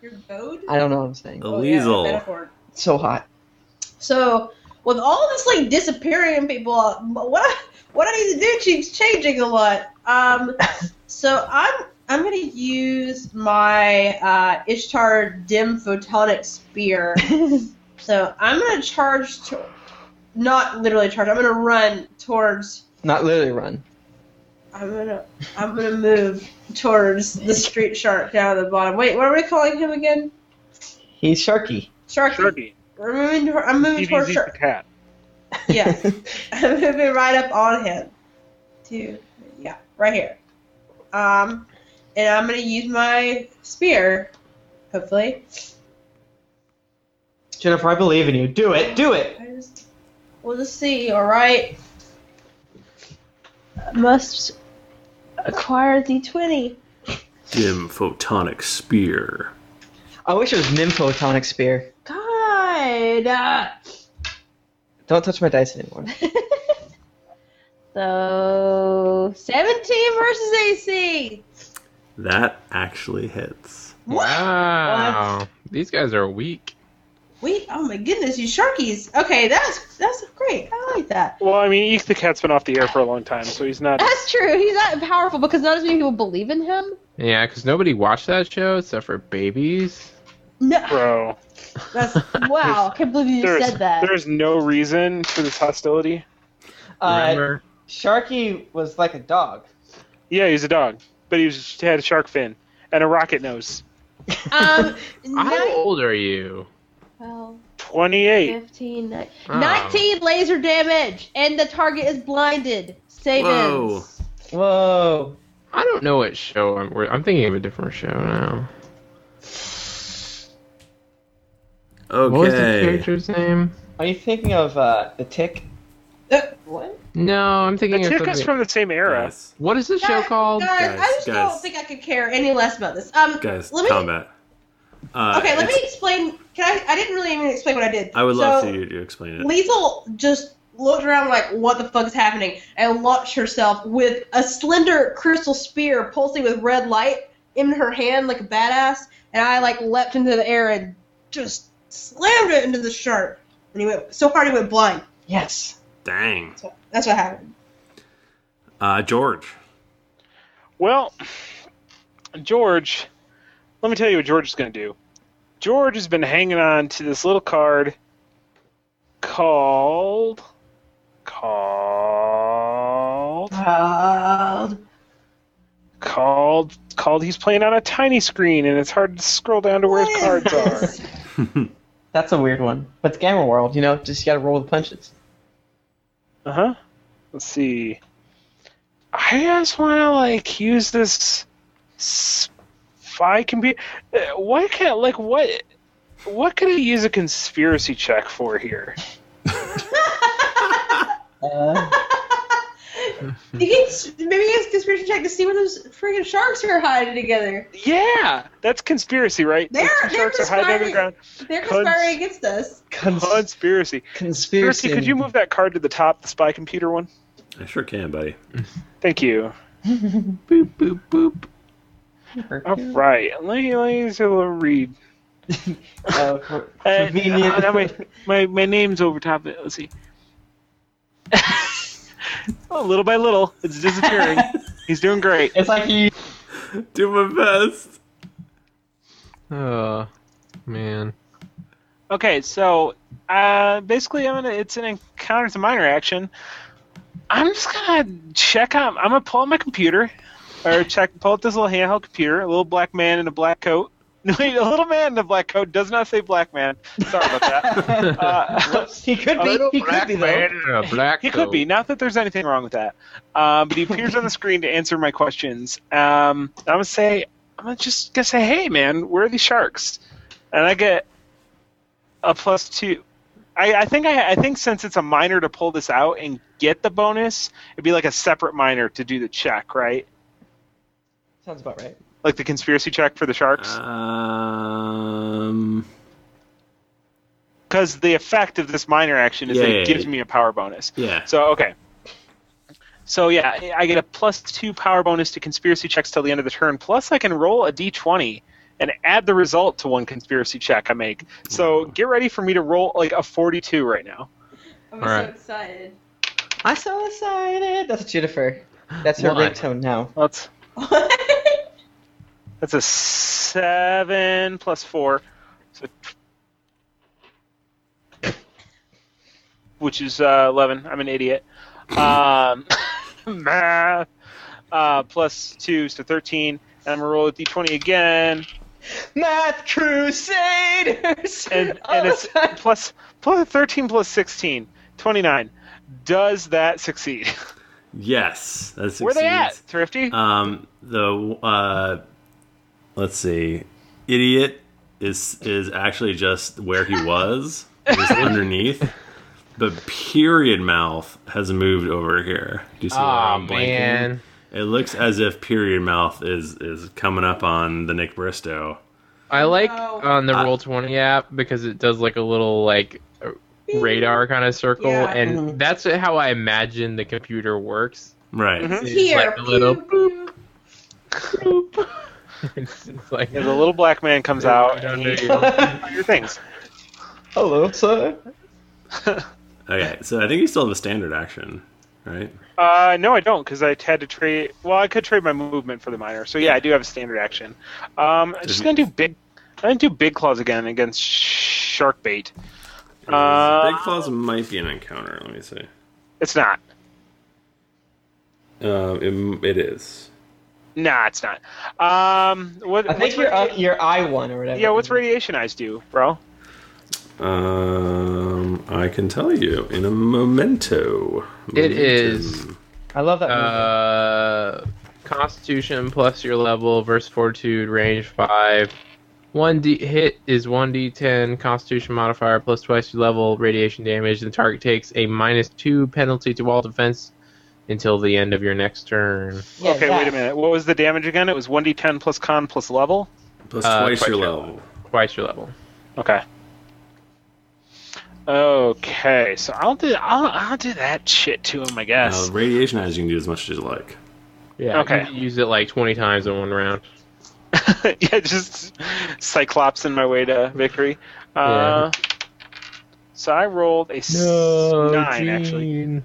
Your goad?
I don't know what I'm saying.
Oh, yeah,
Eliezel.
metaphor.
It's so hot.
So with all this like disappearing people, what I, what I need to do keeps changing a lot. Um, so I'm I'm gonna use my uh, Ishtar dim photonic spear. so I'm gonna charge, to, not literally charge. I'm gonna run towards.
Not literally run.
I'm gonna I'm gonna move towards the street shark down at the bottom. Wait, what are we calling him again?
He's sharky.
Sharky.
Sharky.
I'm moving. to- I'm moving towards
TVZ
shark.
the cat.
Yeah. I'm moving right up on him. Two, yeah, right here. Um, and I'm gonna use my spear, hopefully.
Jennifer, I believe in you. Do it. Do it.
I just, we'll just see. All right. Must acquire the twenty.
Dim photonic spear.
I wish it was nymphotonic spear.
God. uh,
Don't touch my dice anymore.
So
Seventeen versus AC.
That actually hits.
Wow. These guys are weak.
Wait. Oh my goodness, you sharkies. Okay, that's that's great. I like that.
Well, I mean, Eek the cat's been off the air for a long time, so he's not.
that's true. He's not powerful because not as many people believe in him.
Yeah, because nobody watched that show except for babies.
No.
Bro,
That's
Wow, I can't believe you just
there's
said that.
there's no reason for this hostility.
Uh,
Remember?
sharky was like a dog.
Yeah, he's a dog, but he was, had a shark fin and a rocket nose.
um.
How
nine-
old are you?
12,
Twenty-eight.
15, nine-
Oh.
19 laser damage, and the target is blinded. Save
Whoa.
ends.
Whoa.
I don't know what show I'm. we're- I'm thinking of a different show now.
Okay.
What was the character's name?
Are you thinking of uh, the tick?
uh, what?
No, I'm
The
thinking of
tick is
something.
from the same era.
Guys,
What is the show
Guys,
called?
Guys, I
Guys,
just
guys.
don't think I could care any less about this. Um,
guys,
let me,
combat. Uh,
Okay, let
it's-
me explain. Can I? I didn't really even explain what I did.
I would
so,
love to you to explain it.
Liesel just looked around like, "What the fuck is happening?" and launched herself with a slender crystal spear pulsing with red light in her hand, like a badass. And I like leapt into the air and just slammed it into the shark. And he went so hard he went blind.
Yes.
Dang.
So that's what happened.
Uh, George.
Well, George, let me tell you what George is going to do. George has been hanging on to this little card called called called called he's playing on a tiny screen and it's hard to scroll down to where his
What
cards
is
are.
this?
That's a weird one. But it's Gamma World, you know, just you gotta roll the punches.
Uh huh. Let's see. I just want to like use this spy computer. What can like what what could I use a conspiracy check for here?
Uh,
You can s- maybe use conspiracy check to see where those freaking sharks are hiding together.
Yeah, that's conspiracy, right?
They're-
Those two
they're
sharks are hiding under the
conspiring.
ground.
They're
Cons-
conspiring against us.
cons-
Conspiracy.
conspiracy.
Kirsty, could you move that card to the top, the spy computer one?
I sure can, buddy.
Thank you.
Boop boop boop.
All right, let me, let me just read.
Uh, for-
Uh,
convenient.
uh, that way- my my name's over top of it. Let's see. oh, little by little, it's disappearing. He's doing great.
it's like you.
Do my best.
Oh man.
Okay, so uh, basically, I'm gonna. It's an encounter. It's a minor action. I'm just gonna check out. I'm gonna pull out my computer, or check pull out this little handheld computer. A little black man in a black coat. Wait, a little man in a black coat does not say black man. Sorry about that. Uh,
He could
A
be.
little
He could be though.
He could be. Not that there's anything wrong with that. Um, but he appears on the screen to answer my questions. Um, I'm gonna say, I'm gonna just gonna say, hey man, where are these sharks? And I get a plus two. I, I think I, I think since it's a minor to pull this out and get the bonus, it'd be like a separate minor to do the check, right?
Sounds about right.
Like the conspiracy check for the sharks,
Uh. Um,
because the effect of this minor action is
Yeah,
that
yeah,
it gives
yeah.
me a power bonus.
yeah.
So okay. So yeah, I get a plus two power bonus to conspiracy checks till the end of the turn. Plus, I can roll a d20 and add the result to one conspiracy check I make. So get ready for me to roll like a 42 right now.
I'm
All right.
so excited.
I'm so excited. eh, That's Jennifer. That's her
Why?
ringtone now.
That's that's a seven plus four, so which is uh, 11. I'm an idiot. Um, math uh, plus two, so 13. And I'm gonna roll a d20 again.
Math Crusaders.
and
All
and
of a
it's
sudden-
plus plus 13 plus 16 29 does that succeed
Yes, that succeeds.
where they at thrifty
Um, the uh, let's see, idiot is is actually just where he was, just underneath. But period mouth has moved over here. Do you see where
Oh
I'm blanking?
man.
It looks as if period mouth is is coming up on the Nick Bristow.
I like
No.
on the
Uh,
I-
roll twenty app because it does like a little like radar kind of circle,
Yeah.
and
Mhm.
that's how I imagine the computer works.
Right.
Mhm.
It's
Here.
like a little
pew, pew.
boop. it's, it's like
yeah, the little black man comes out and he your things
Hello, sir.
Okay, so I think you still have a standard action, right?
uh no i don't because i had to trade well i could trade my movement for the minor so yeah i do have a standard action um i'm just
Doesn't-
gonna do big i'm gonna do big claws again against shark bait
Big
uh,
claws might be an encounter. Let me see.
it's not
Um, it, it is.
nah it's not um what
I
what's
think you're
radi-
uh, your I one or whatever.
yeah what's radiation eyes do bro
Um, I can tell you in a memento.
It is-
Momentum.
I love that. movie.
uh, Constitution plus your level, verse fortitude, range five. One D hit is one D10 Constitution modifier plus twice your level radiation damage. The target takes a minus two penalty to all defense until the end of your next turn.
Yeah,
okay,
that.
wait a minute. What was the damage again? It was 1d10 plus con plus level?
Plus
Uh,
twice your
twice your-
level.
Twice your level.
Okay. Okay, so I'll do I'll, I'll do that shit to him, I guess.
Uh, radiation eyes you can do as much as you like.
Yeah.
Okay.
Okay. Use it like 20 times in one round.
yeah, just cyclops in my way to victory. Uh, So I rolled a s- nine actually.
You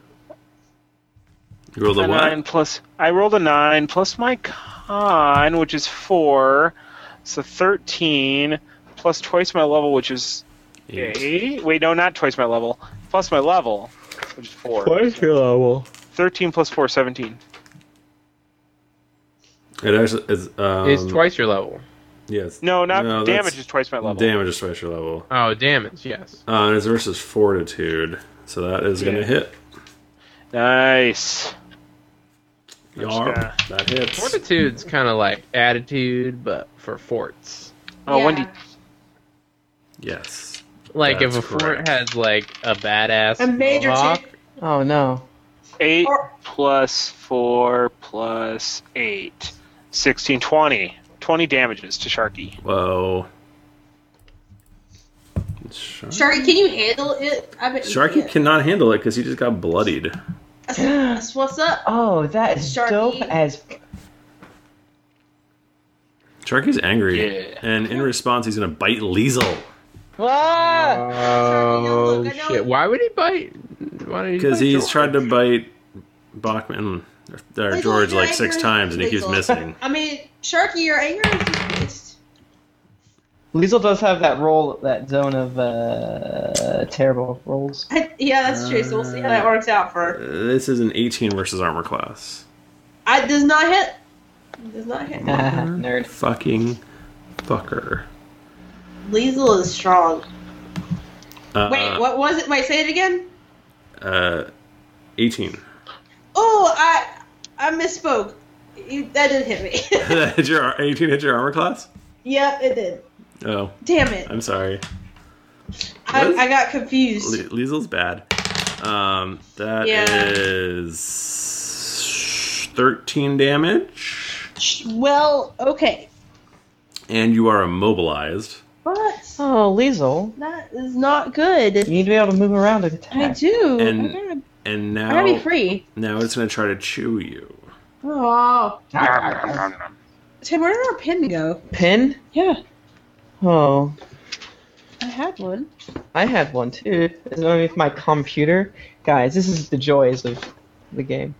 rolled
A
a
nine
what?
plus I rolled a nine plus my con, which is four, so thirteen plus twice my level, which is eight. Wait, no, not twice my level. Plus my level, which is four.
your level.
13 plus 4, 17.
It actually is. Um,
it's twice your level.
Yes.
No, not
No, that's-
damage is twice my level.
Damage is twice your level.
Oh, damage. Yes.
Uh, and it's versus fortitude, so that is
Yeah.
gonna hit.
Nice.
Yarp, that hits.
Fortitude's kind of like attitude, but for forts.
Oh,
Yeah.
Wendy.
Yes.
Like if
That's
a fort
correct.
has like a badass
A major
warlock,
change.
Oh no.
Eight
Or-
plus four plus eight. 16, 20. 20 damages to Sharky.
Whoa. Shark-
Sharky, can you handle it? I bet you
Sharky cannot handle it because he just got bloodied.
That's, that's what's up.
Oh, that is
Sharky.
dope as.
Sharky's angry,
Yeah.
and in response, he's gonna bite Liesel
Ah!
Uh, Oh
Sorry, I know- I know-
shit! Why would he bite? Why did he?
because
bite
he's
George?
tried to bite Bachman or, or
Liesel,
George
you're
like six
angry.
times, and he keeps
Liesel.
missing.
I mean, Sharky, your anger is just
Liesel does have that roll, that zone of uh, terrible rolls.
pissed. Yeah, that's true. So we'll see how that works out for.
Uh, This is an 18 versus armor class.
I does not hit. Does not hit.
Nerd.
Fucking fucker.
Liesel is strong.
Uh,
Wait, what was it? Wait, say it again.
Uh, 18.
Oh, I I misspoke. You, that did hit me.
Did your 18 hit your armor class?
yep, it did.
Oh,
Damn it.
I'm sorry.
I,
What?
I got confused.
Li- Liesel's bad. Um, that
Yeah.
is 13 damage,
Sh- Well, okay.
and you are immobilized.
But
Oh, Liesel.
that is not good.
You need to be able to move around and
I
attack.
do.
And-
I gotta,
And
I gotta be
now,
free.
now it's gonna try to chew you.
oh. Tim, where did our pin go?
Pin?
Yeah,
Oh,
I had one.
I had one too. It's underneath my computer. Guys, this is the joys of the game.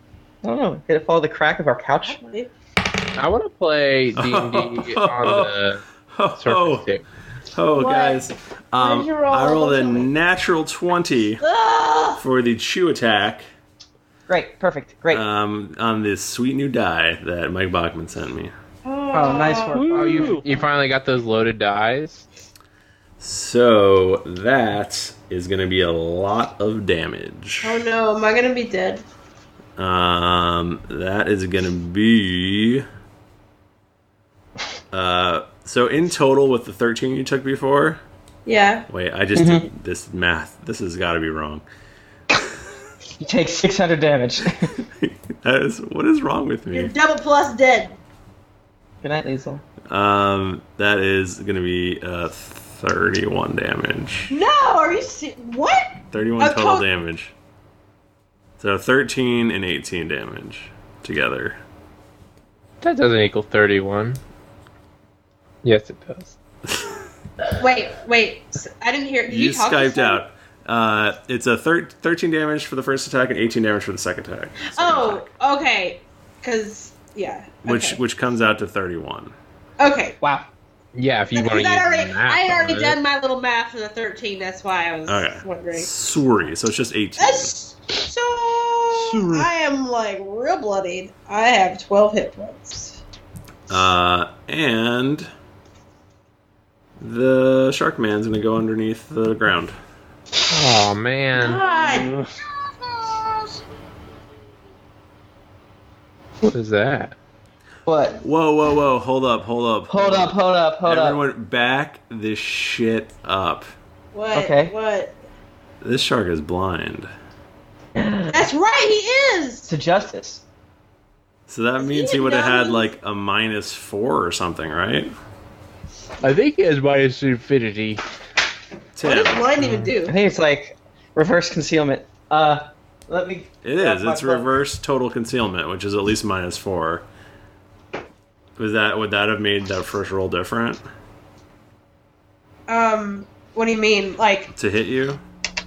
I don't know. Did it follow the crack of our couch?
I want to play D and D on
Oh,
the surface
oh,
too.
oh
What?
guys. Um,
Where'd you roll?
I rolled a
Tell me.
natural 20
Oh,
Ah!
for the chew attack.
Great, perfect, great.
um, on this sweet new die that Mike Bachman sent me.
oh, nice work.
Oh, you you finally got those loaded dies.
So that is going to be a lot of damage.
Oh no, am I gonna be dead?
Um, that is going to be. Uh, so in total with the 13 you took before.
Yeah.
Wait, I just
Mm-hmm.
did this math. This has got to be wrong.
You take 600 damage.
that is what is wrong with
You're
me.
double plus dead.
Good night, Liesel.
Um, that is going to be uh 31 damage.
No, are you se- what?
31
A
total
co-
damage. So 13 and 18 damage together.
That doesn't equal thirty-one. Yes, it does.
Wait, wait. s- I didn't hear. Did
You,
you, talk to
skyped
someone?
out. Uh, it's a thir- 13 damage for the first attack and 18 damage for the second attack. second
Oh,
attack,
okay. Because yeah.
which
okay.
which comes out to 31.
okay.
Wow.
Yeah, if you want to use
Because I already,
math
I had
on
already
it.
done my little math for the thirteen. That's why I was
Okay.
wondering.
Sorry. So it's just 18.
That's so. I am like real bloodied. I have twelve hit points.
Uh, and the shark man's going to go underneath the ground.
Oh man,
God.
what is that?
What?
Whoa, whoa, whoa. Hold up, hold up.
Hold up, hold up, hold
Everyone, back this shit up.
What?
Okay.
What?
This shark is blind.
up.
That's right. He is.
to justice.
So that
Is
means
he
he
a
would have had
dummy?
like a minus four or something, right?
I think it is my stupidity.
What
Tim.
does blind even do?
I think it's like reverse concealment. Uh, let me.
It
grab
is.
my
It's
book.
reverse total concealment, which is at least minus four. Was that would that have made that first roll different
Um. What do you mean? Like
to hit you?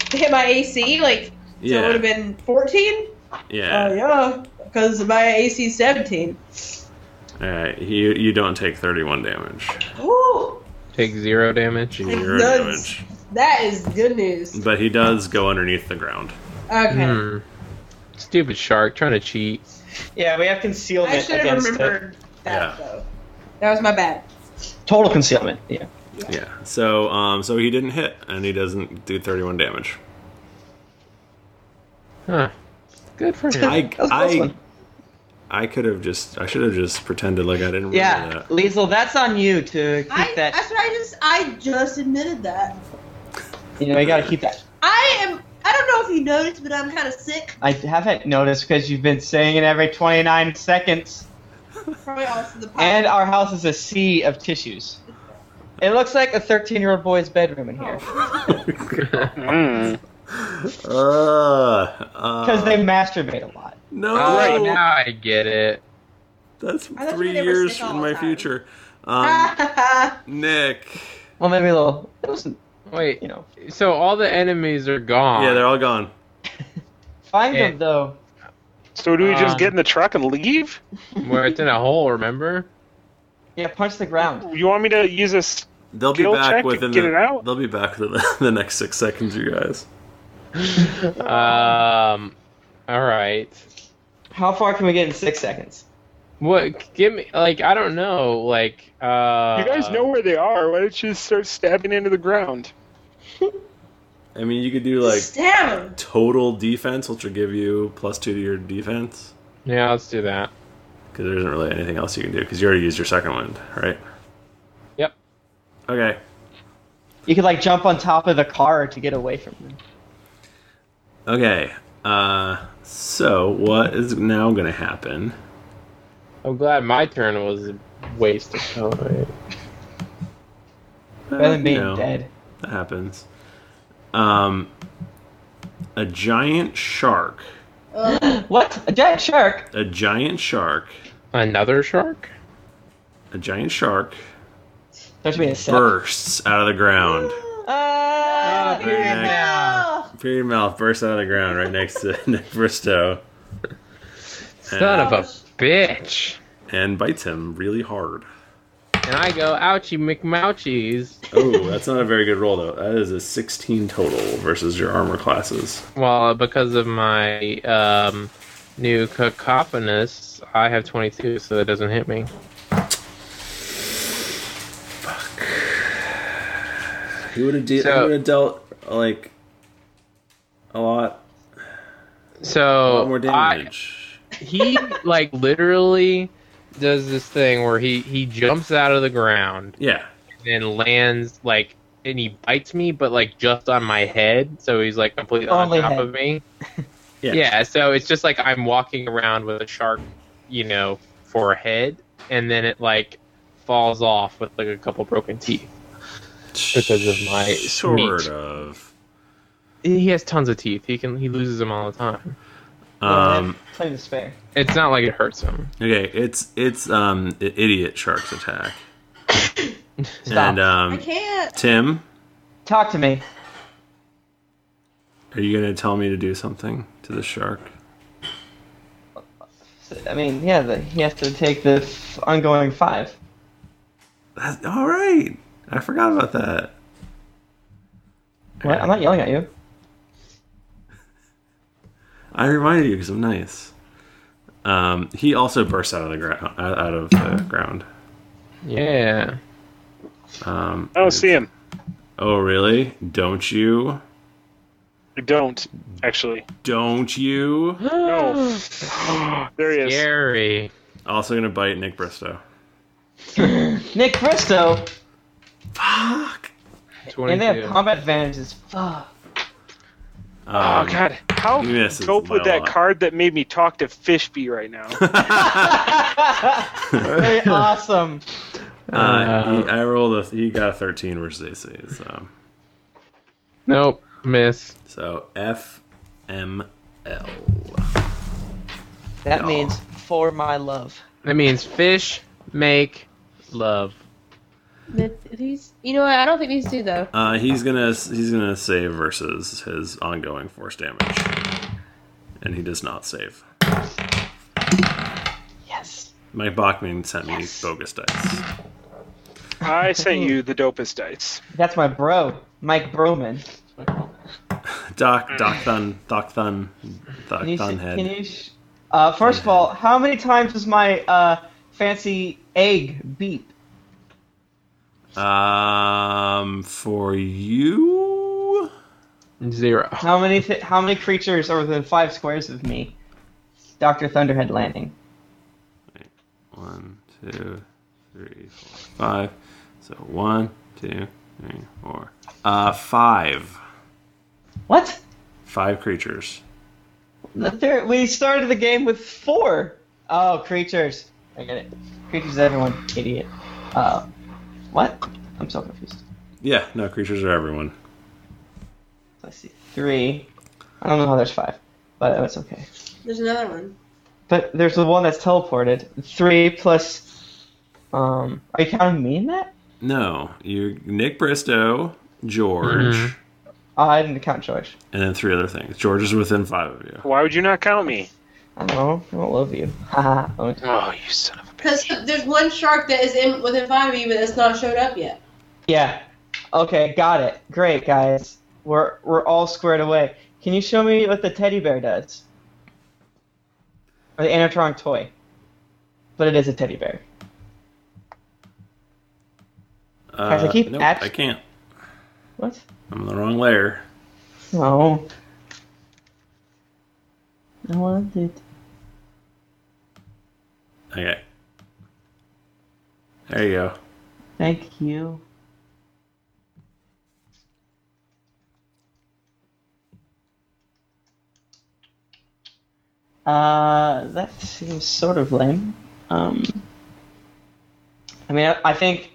to hit my AC? Like so it would
Yeah.
have been fourteen. Oh
Yeah.
yeah, because my AC is 17. oh,
All right. You you don't take thirty one damage.
Ooh,
Take zero damage.
Zero
does.
damage.
that is good news. Okay.
But he does go underneath the ground.
Hmm. Stupid shark trying to cheat.
Yeah, we have concealment
I should have
against uh,
remembered that,
Yeah.
though. That was my bad.
it. Total concealment. Yeah.
Yeah. So um so he didn't hit and he doesn't do thirty one damage.
Huh. Good for him.
I
was close
I
one.
I could have just I should have just pretended like I didn't
Yeah,
remember that.
Liesel, that's on you to keep
I,
that.
that's what I just I just admitted that.
You know, you gotta keep that.
I am. I don't know if you noticed, but I'm kind of sick.
I haven't noticed because you've been saying it every 29 seconds.
Probably also the podcast.
And our house is a sea of tissues. It looks like a 13 year old boy's bedroom in here.
Mm.
Uh,
Because
Because
they masturbate a lot.
uh, no
Oh,
Right.
now I get it.
That's
thought
three
you were never
years
sick all
in
the
my
time.
future. Um,
Ah,
Nick.
Well, maybe a little. It wasn't,
Wait,
you know.
so all the enemies are gone.
Yeah, they're all gone.
Find
Yeah.
them, though.
So do we just
Um,
get in the truck and leave?
Where it's in a hole, remember?
Yeah, punch the ground.
You want me to use this?
They'll be
Skill check
back
to
within
get
the,
it out?
They'll be back within the, the next six seconds, you guys.
Um, all right.
How far can we get in six seconds?
What? Give me like I don't know. Like uh,
you guys know where they are. Why don't you just start stabbing into the ground?
I mean, you could do like
stab him.
total defense, which will give you plus two to your defense.
Yeah, let's do that.
Because there isn't really anything else you can do. Because you already used your second one, right?
Yep.
Okay.
You could, like, jump on top of the car to get away from them.
Okay. Uh, so what is now going to happen?
I'm glad my turn was a waste of time.
Rather than
Uh,
being
no,
dead.
That happens. Um, a giant shark.
Ugh.
What? A giant shark?
A giant shark.
Another shark?
A giant shark
Don't you mean a shark?
bursts out of the ground.
Oh, Ah,
Uh,
very
here
nice.
now.
Oh,
Period mouth bursts out of the ground right next to Nick Bristow
Son of a bitch!
and bites him really hard.
And I go, ouchie McMouchies.
Oh, that's not a very good roll though. That is a 16 total versus your armor classes.
Well, because of my um, new cacophonous, I have 22, so that doesn't hit me.
He would have de-
So-
he would have dealt like a lot, a
So
lot more damage.
Oh, I- he like literally does this thing where he he jumps out of the ground
yeah.
and lands like and he bites me, but like just on my head, so he's like completely
Only
on top
head.
of me.
Yeah.
yeah, so it's just like I'm walking around with a shark, you know, for a head, and then it like falls off with like a couple broken teeth. Because of my
sort
meat.
of.
He has tons of teeth. He can he loses them all the time.
Um,
Play the spare.
It's not like it hurts him.
okay, it's it's um i- idiot shark's attack.
Stop.
And
I
um,
can't.
Tim,
Talk to me.
are you gonna tell me to do something to the shark?
I mean, yeah, the, he has to take the f- ongoing five.
That's, all right, I forgot about that.
What? I'm not yelling at you.
I reminded you because I'm nice. Um, he also bursts out of the ground, out out of the ground.
Yeah.
Um,
I don't see him.
Oh, really? Don't you?
I don't actually.
Don't you?
No. there he is.
Scary.
Also gonna bite Nick Bristow.
Nick Bristow,
Fuck.
and they have
22.
combat advantages. Fuck.
Oh
Um,
God! How
He misses
cope with
by a
that
lot.
card that made me talk to Fishby right now?
Very awesome.
Uh, he, I rolled a. He got a 13 versus AC. So,
Nope. Miss.
so F M L.
That
Aw.
means for my love.
That means fish make love.
But These, you know what? I don't think these do though.
Uh, he's gonna he's gonna save versus his ongoing force damage, and he does not save.
Yes.
Mike Bachman sent me bogus dice.
I sent you the dopest dice.
That's my bro, Mike Broman.
Doc Doc Thun Doc Thun Doc
Can you,
Thun
sh- can
head.
you sh- uh, first of all, how many times was my uh, fancy egg beep?
Um, for you.
Zero.
How many th- how many creatures are within five squares of me? Dr. Thunderhead landing.
One, two, three, four, five. So one, two, three, four. Uh, five.
What?
Five creatures.
The third, we started the game with four. Oh, creatures. I get it. Creatures, everyone. Idiot. Uh, what? I'm so confused.
Yeah, no, creatures are everyone.
Let's see. Three. I don't know how there's five, but that's okay.
There's another one.
But there's the one that's teleported. Three plus. Um, are you counting me in that?
No, you Nick Bristow, George,
Mhm.
Oh, I didn't count George.
and then three other things. George is within five of you.
Why would you not count me?
I don't know. I don't love you. Haha. Oh,
Oh, you son of a
Because
bitch.
there's one shark that is in within five of you, but that's not showed up yet.
yeah. Okay, got it. Great, guys. We're we're all squared away. Can you show me what the teddy bear does? Or the animatronic toy. But it is a teddy bear.
Uh,
I keep
nope,
abs-
I can't.
What?
I'm in the wrong layer.
No. I want it.
Okay. There you go.
Thank you. Uh, that seems sort of lame. Um, I mean, I, I think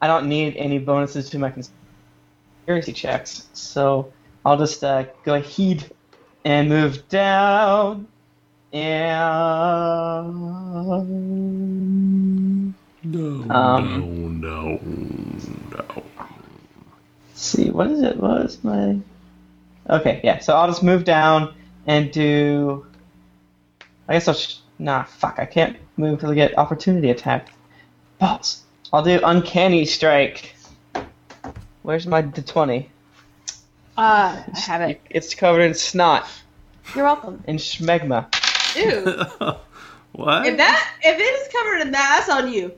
I don't need any bonuses to my conspiracy checks, so I'll just uh, go ahead and move down. And
No,
Um.
no, no,
see what is it what is my okay yeah so i'll just move down and do i guess i'll sh- nah fuck i can't move to get opportunity attack balls i'll do uncanny strike where's my d20
Uh, I have it.
it's covered in snot
You're welcome.
and schmegma
Ew.
no. what?
if that if it is covered in that, that's on you.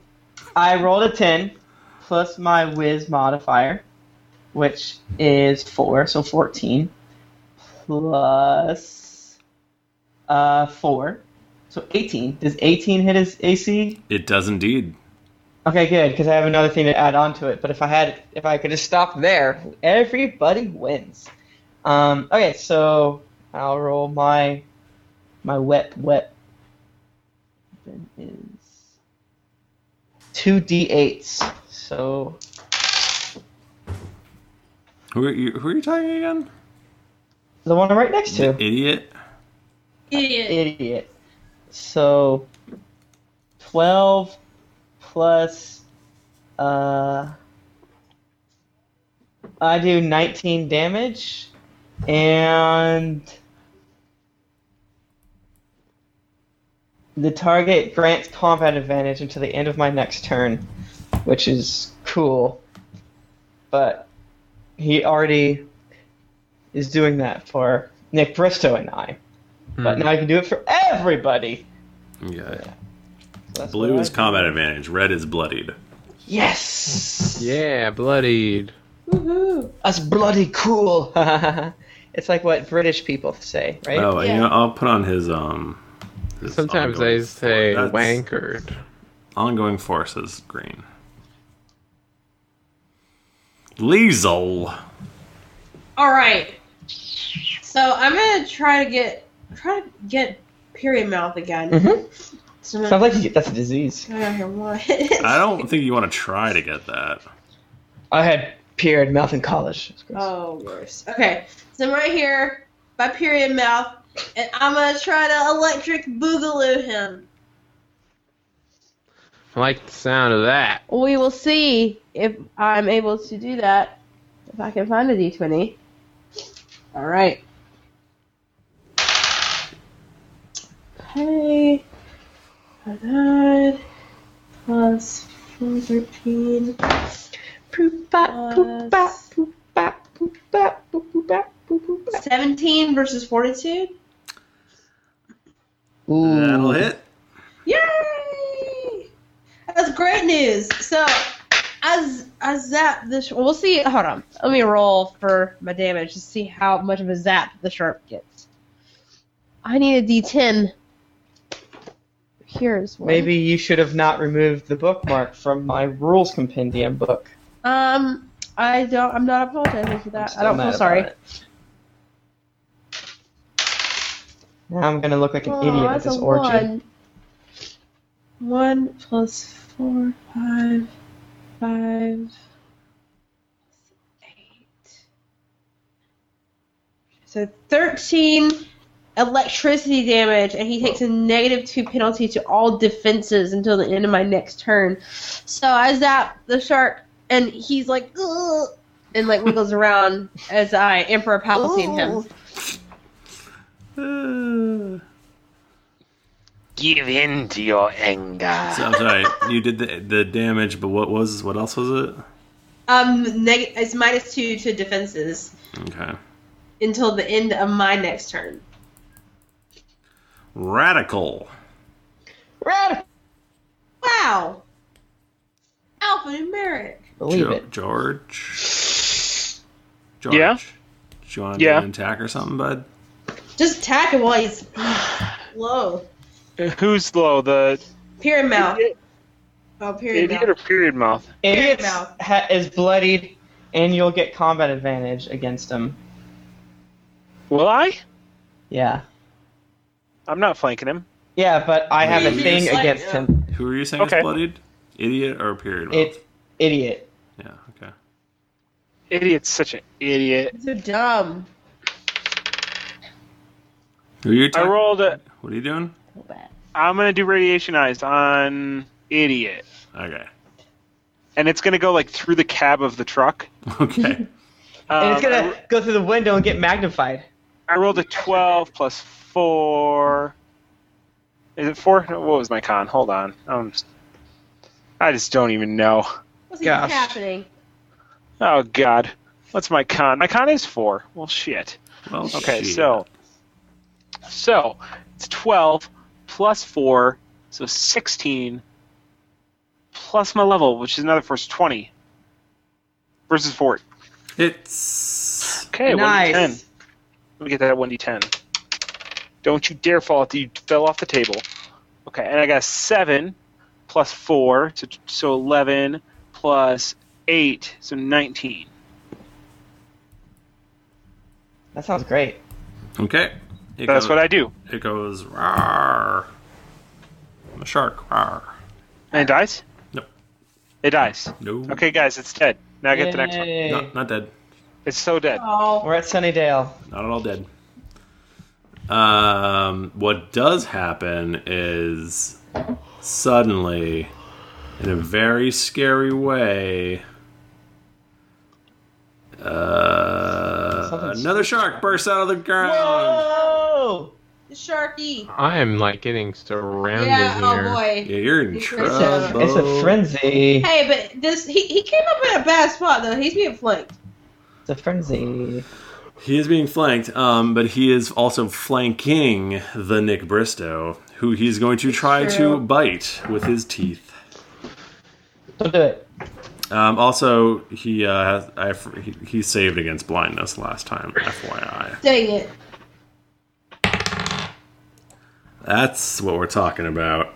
i rolled a 10 plus my whiz modifier which is 4 so 14 plus uh, 4 so 18 does 18 hit his ac
It does indeed.
okay good because i have another thing to add on to it but if i had if i could just stop there everybody wins um, okay so i'll roll my my wet wet is 2d8s so
Who are you? Who are you talking again?
the one i'm right next to
Idiot.
Idiot.
idiot. So, 12 plus, uh, I do 19 damage, and the target grants combat advantage until the end of my next turn, which is cool. But he already is doing that for Nick Bristow and I.
Hmm.
But now I can do it for everybody.
Okay.
So that's
Blue
what
is
I-
combat advantage. Red is bloodied.
Yes.
Yeah, bloodied.
Woohoo.
That's bloody cool. it's like what British people say, right?
Oh, and you
Yeah.
know, I'll put on his um. his
Sometimes
ongoing
I say
force. That's-
wankered.
Ongoing force is green. Liesel.
All right. So I'm gonna try to get try to get period mouth again.
Mhm.
So I'm
Sounds
gonna,
like you, that's a disease.
I don't hear what.
I don't think you want to try to get that.
I had period mouth in college. It's gross.
Oh, worse. Okay, so I'm right here by period mouth, and I'm gonna try to electric boogaloo him.
I like the sound of that.
We will see if I'm able to do that. If I can find a d20. All right. Okay. A nine plus four, thirteen. Poop bop, poop bop, poop bop, poop bop, poop poop bop, poop poop bop.
17 versus fortitude. Oh.
That'll hit.
Yay! That's great news. So, as as zap
The sh- we'll see. Hold on. Let me roll for my damage to see how much of a zap the sharp gets. I need a d10. Here's one.
Maybe you should have not removed the bookmark from my rules compendium book.
Um, I don't. I'm not apologizing for that. I
Still
don't
mad
feel
about
sorry.
it. Now I'm gonna look like an idiot at
that's
this
a
orgy.
One. one plus four, five, five, eight. So thirteen electricity damage, and he takes a negative two penalty to all defenses until the end of my next turn. So I zap the shark, and he's like, Ugh, and like wiggles around as I Emperor Palpatine him.
Uh,
Give in to your anger.
so, I'm sorry, you did the, the damage, but what was what else was it?
Um, neg- it's minus two to defenses
Okay,
until the end of my next turn.
radical.
Rad-
Wow. Alphanumeric.
Believe
Jo-
it.
George. George.
Yeah?
Do you want to
Yeah.
do an attack or something, bud?
Just attack him while he's low.
Uh, Who's low? The
Period mouth.
idiot,
Oh, period
idiot or
mouth.
period mouth?
Idiot
mouth.
ha- is bloodied, and you'll get combat advantage against him.
Will I?
Yeah.
I'm not flanking him.
Yeah, but I have a
Maybe
thing
it's like,
against
uh,
him.
Who are you saying
Okay.
is bloodied? Idiot or period mouth?
It, idiot.
Yeah. Okay.
Idiot's such an idiot.
So dumb.
Who are you?
I
Attack-
rolled a.
What are you doing?
I'm gonna do radiation eyes on idiot,
Okay.
and it's gonna go like through the cab of the truck.
Okay.
Um,
and it's
I
gonna
ro-
go through the window and get magnified.
I rolled a 12 plus 4. Is it 4? No, What was my con? Hold on. I'm just, I just don't even know.
What's even
Gosh.
happening?
Oh, God. What's my con? My con is 4. Well, shit.
Well,
Okay,
shit.
so. So, it's 12 plus 4, so 16, plus my level, which is another force 20. Versus 4.
it's
Okay,
nice.
1d10. Let me get that 1d10. Don't you dare fall after you fell off the table. Okay, and I got 7 plus 4, so, so 11 plus 8, so 19.
That sounds great.
okay. It
That's
goes,
what I do.
It goes. Rawr. I'm a shark. Rawr.
And it dies?
Nope.
It dies.
No.
Okay, guys, it's dead. Now I get the next one.
Yay.
Not, not dead.
It's so dead.
Oh,
We're at Sunnydale.
Not at all dead. Um, what does happen is suddenly, in a very scary way, uh,
Something's-
another shark bursts out of the
Um,
ground.
Whoa!
Sharky.
I am like getting surrounded
Yeah, oh
here.
boy.
Yeah, you're in
It's
trouble.
It's a,
uh,
it's a frenzy.
Hey, but this he, he came up in a bad spot though. He's being flanked.
It's a frenzy.
He is being flanked, um, but he is also flanking the Nick Bristow, who he's going to try to
True.
bite with his teeth.
Don't do it.
Um, also, he, uh, has, I, f- he he saved against blindness last time. FYI,
Dang it.
that's what we're talking about.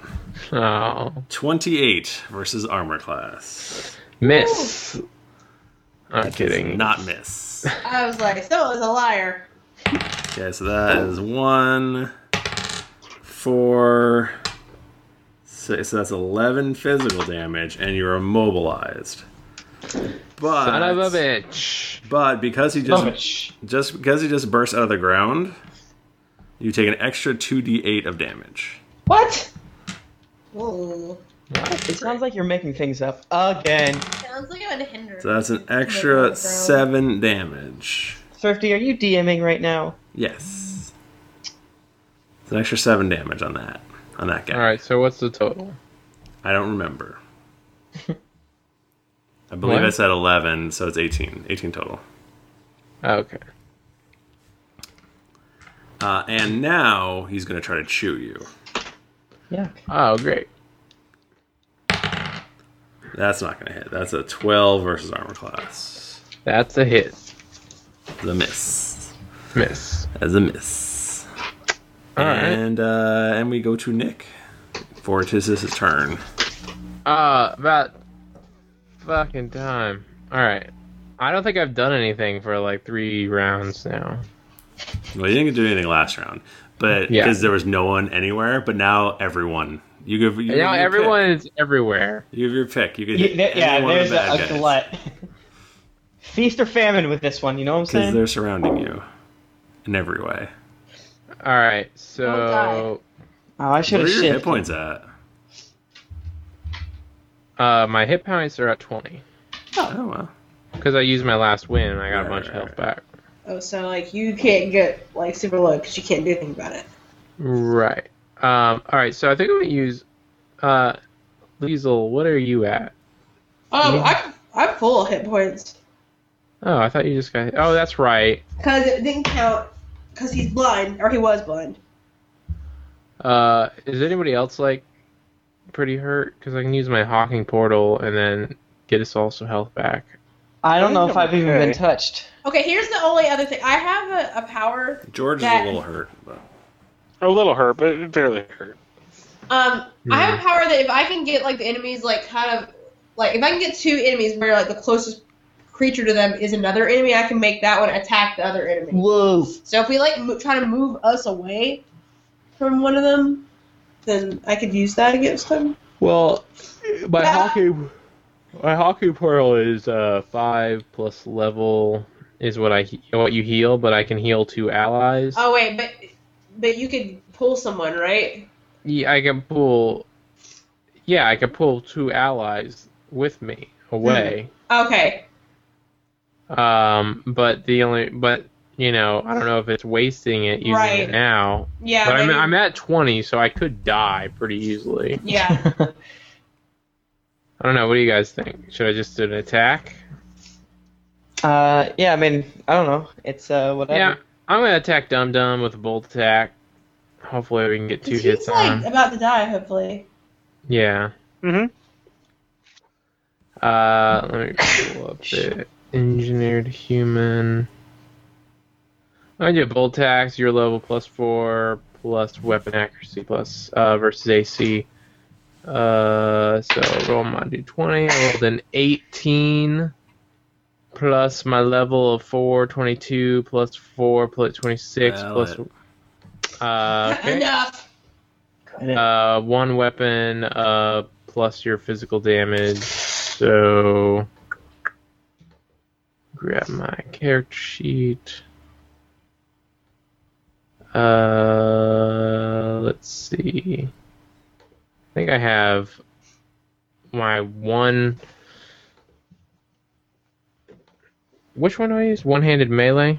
Oh,
Twenty-eight versus armor class.
miss. I'm kidding.
Not miss.
I was like, someone was a liar.
Okay, so that is one, four, six. So that's eleven physical damage, and you're immobilized. But
Son of a bitch.
But because he
Love
just
it. Shh.
just because he just burst out of the ground, you take an extra two d eight of damage.
What?
Whoa.
It sounds like you're making things up again.
Sounds like I'm hindered.
So that's an extra seven damage.
Thrifty, are you DMing right now?
Yes. It's an extra seven damage on that. On that guy.
All right, so what's the total?
I don't remember. I believe I
What?
said eleven, so it's eighteen. Eighteen total.
Okay.
Uh, and now he's gonna try to chew you.
Yeah.
Oh, great.
That's not gonna hit. That's a twelve versus armor class.
That's a hit.
The miss.
Miss.
As a miss.
All right.
and uh, and we go to Nick. for it is his turn.
Uh, about fucking time. All right. I don't think I've done anything for like three rounds now.
Well, you didn't do anything last round, but
Yeah.
because there was no one anywhere, but now everyone. You give you give
Now
your pick.
everyone is everywhere.
You give your pick. You could
You, there- yeah,
anyone of
there's
the bad
a, a
guys,
glut. Feast or famine with this one, you know what I'm
'cause
saying?
they're surrounding you in every way.
All right.
Oh,
So,
Oh, I should
what are
have
your hit
shit.
points at?
uh, my hit points are at twenty
Oh well.
because I used my last win and I got a
Right,
bunch of
right,
health
right.
back.
Oh, so like you can't get like super low because you can't do anything about it.
Right. Um. All right. So I think I'm gonna use. Uh, Liesel, what are you at?
Um, I I'm full of hit points
Oh, I thought you just got. Oh, that's right.
because it didn't count because he's blind or he was blind.
Uh, is anybody else like pretty hurt? Because I can use my hawking portal and then get us all some health back.
I don't know
I'm
if I've even
okay.
been touched.
Okay, here's the only other thing. I have a, a power.
George is
That-
a little hurt. But
A little hurt, but barely hurt.
Um, I have
Mhm.
a power that if I can get like the enemies like kind of like if I can get two enemies where like the closest creature to them is another enemy, I can make that one attack the other enemy.
Whoa.
So if we like mo- try to move us away from one of them, then I could use that against them.
Well, my
Yeah.
hawking, my hawking portal is uh five plus level is what I he- what you heal, but I can heal two allies.
Oh wait, but but you could pull someone, right?
Yeah, I can pull. Yeah, I can pull two allies with me away.
Okay. Hmm.
Um, but the only but you know I don't know if it's wasting it using
Right.
it now.
Yeah.
but I'm,
maybe-
I'm at 20, so I could die pretty easily.
yeah.
I don't know. What do you guys think? Should I just do an attack?
uh, yeah, I mean, I don't know. It's uh, whatever.
Yeah, I'm gonna attack Dum Dum with a bolt attack. Hopefully, we can get two
He's
hits
like
on him.
about to die, hopefully.
Yeah.
Mhm.
Uh, let me pull up the engineered human. I do bolt attacks. Your level plus four, plus weapon accuracy, plus uh, versus AC. Uh, so roll my d20. I rolled an 18. Plus my level of 4, 22, plus 4, plus 26,
Well,
plus. Uh, okay.
Enough.
Uh, one weapon, uh, plus your physical damage. So, grab my character sheet. Uh, let's see. I think I have my one. Which one do I use? One-handed melee.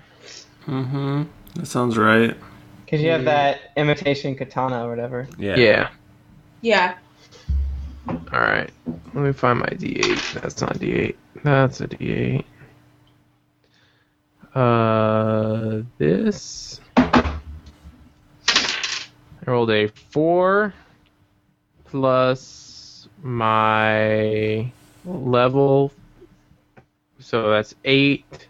mm-hmm. That sounds right.
Because you have that imitation katana or whatever.
Yeah.
yeah.
Yeah.
All right, let me find my D8. That's not D8. That's a D8. Uh, this. I rolled a four plus my level, so that's eight.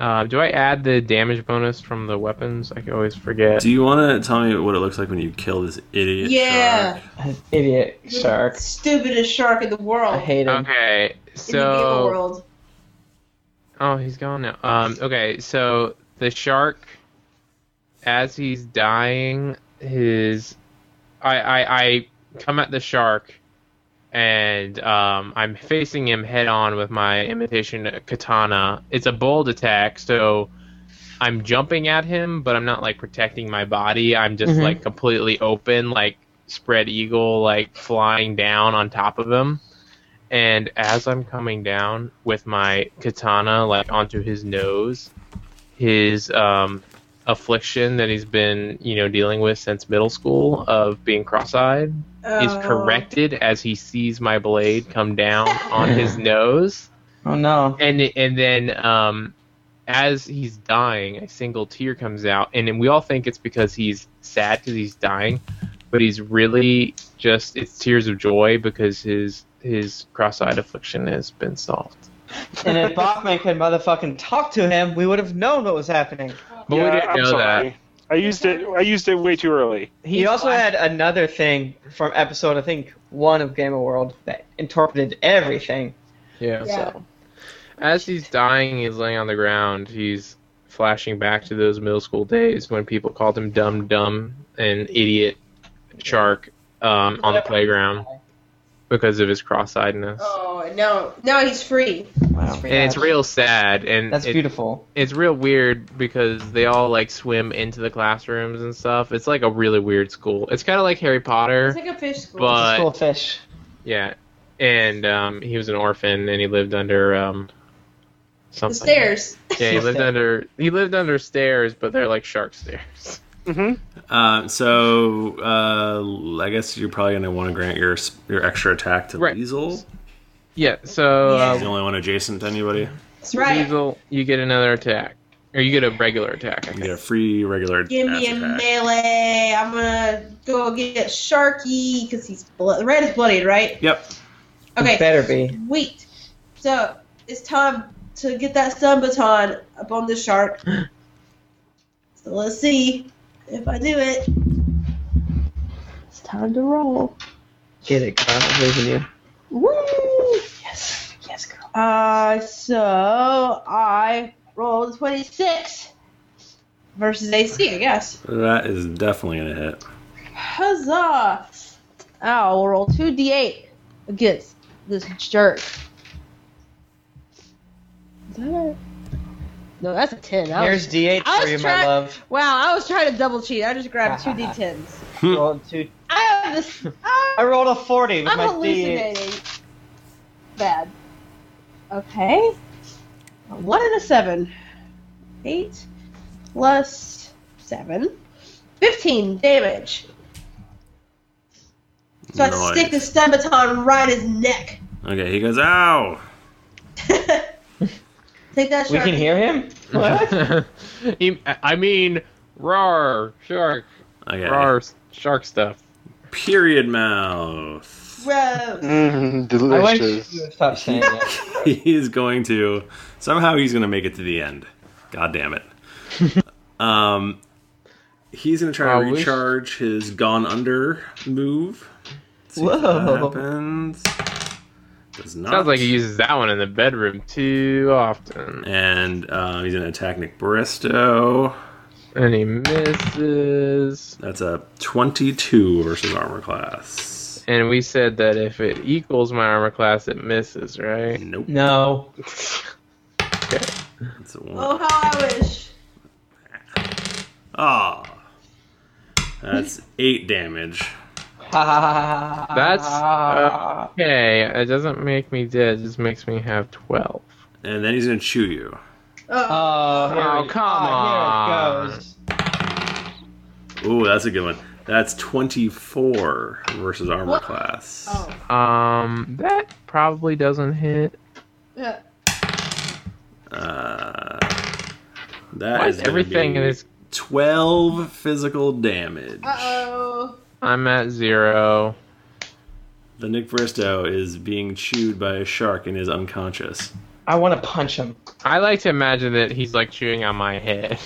Uh, do I add the damage bonus from the weapons? I can always forget.
Do you want to tell me what it looks like when you kill this idiot?
Yeah.
shark?
Idiot shark.
Stupidest shark in the world.
I hate him.
Oh, Okay,
in the evil
so
world.
Oh, he's gone now. Um, okay, so the shark, as he's dying, his, I, I, I come at the shark, and um, I'm facing him head on with my imitation katana. It's a bold attack, so I'm jumping at him, but I'm not like protecting my body. I'm just
Mhm.
like completely open, like spread eagle, like flying down on top of him and as I'm coming down with my katana like onto his nose, his um, affliction that he's been you know dealing with since middle school of being cross-eyed is
Oh.
corrected as he sees my blade come down on his nose,
Oh no.
and and then um, as he's dying, a single tear comes out, and then we all think it's because he's sad because he's dying, but he's really just it's tears of joy because his his cross-eyed affliction has been solved.
and if Bachman could motherfucking talk to him, we would have known what was happening.
But we didn't
I'm
know
sorry. I used it. I used it way too early.
He also
fine.
had another thing from episode, I think, one of Game of World that interpreted everything.
Yeah.
Yeah.
So
As he's dying, he's laying on the ground. He's flashing back to those middle school days when people called him dumb, dumb, and idiot shark um, on the playground because of his cross-eyedness.
Oh no, no, he's free.
wow.
And it's real sad, and
That's
it-
beautiful.
it's real weird because they all like swim into the classrooms and stuff. It's like a really weird school. It's kind of like Harry Potter.
It's like a fish school.
But-
it's a school fish.
Yeah, and um, he was an orphan and he lived under um,
the
something.
stairs.
Yeah, he lived
Stair.
under he lived under stairs, but they're like shark stairs.
Mm-hmm.
Uh, so uh, I guess you're probably gonna want to grant your s- your extra attack to
Right.
Liesel.
Yeah, so
He's the
uh,
only one adjacent to anybody.
That's right.
Weasel, you get another attack, or you get a regular attack. I
You get a
guess.
free regular
Give me a
ass attack.
melee. I'm gonna go get Sharky because he's blood. Red is bloodied, right?
Yep.
Okay.
It better be.
Wait. So it's time to get that stun baton up on the shark. so let's see if I do it.
It's time to roll.
Get it, Kyle. I'm losing you.
Woo! Yes, yes, girl.
Uh, so I rolled 26 versus AC, I guess.
That is definitely gonna hit.
Huzzah! I'll roll 2d8 against this jerk. Is that a- No, that's a 10. I was-
Here's D8
I
for
was
you,
try-
my love.
wow, I was trying to double cheat. I just grabbed two d10s.
Hmm.
Roll two.
I have this.
I rolled a 40 with
I'm
my D8.
hallucinating. Bad. Okay. A One and a seven. Eight plus seven. Fifteen damage. So I
Nice.
stick the stun baton right in his neck.
Okay, he goes, ow!
Take that
We
shark.
can hear him? What?
He- I mean, rar shark,
Okay.
rar shark stuff.
Period mouth.
Gross.
Mm,
I wish you would
delicious.
stop saying that.
He's going to somehow he's gonna make it to the end. God damn it. um he's gonna try
I
to
wish-
recharge his gone under move. Let's see if that
Whoa.
happens. Does not
Sounds like he uses that one in the bedroom too often,
and uh, he's gonna attack Nick Bristow.
and he misses.
That's a twenty-two versus armor class.
And we said that if it equals my armor class, it misses, right?
Nope.
No.
That's a one.
Oh how I wish.
Ah. That's eight damage.
That's.
uh, Okay, it doesn't make me dead. It just makes me have twelve.
And then he's gonna chew you.
Oh,
Oh, here
Oh,
we-
come
ah,
on.
Here it goes.
Ooh, that's a good one. That's 24 versus armor
What?
class.
oh.
Um, that probably doesn't hit.
Yeah.
Uh,
Why
that
is
is gonna
everything
be
in this?
12 physical damage.
Uh oh.
I'm at zero.
The Nick Bristow is being chewed by a shark and is unconscious.
I want to punch him.
I like to imagine that he's like chewing on my head,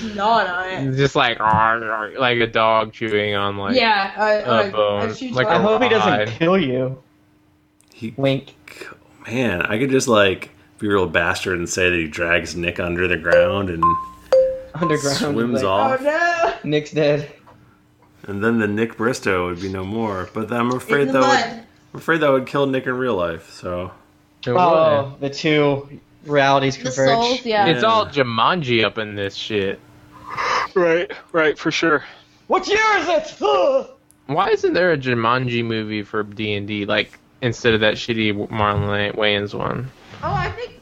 Gnawing on it.
just like "Arr, arr," like a dog chewing on like.
yeah. I, I,
a bone.
I shoot
Like
you. Oh,
I hope he
God.
doesn't kill you.
He,
Wink.
man, I could just like be a real bastard and say that he drags Nick under the ground and
Underground.
swims
like,
Oh
off,
no.
Nick's dead.
and then the Nick Bristow would be no more. But I'm afraid
In
that
the
would,
mud.
I'm afraid that would kill Nick in real life. So
It
Oh, the two realities
The
converge.
souls, yeah.
would. It's
Yeah.
all Jumanji up in this shit.
Right, right, for sure.
What year is it? Ugh.
Why isn't there a Jumanji movie for D and D like instead of that shitty Marlon Wayans one?
Oh, I think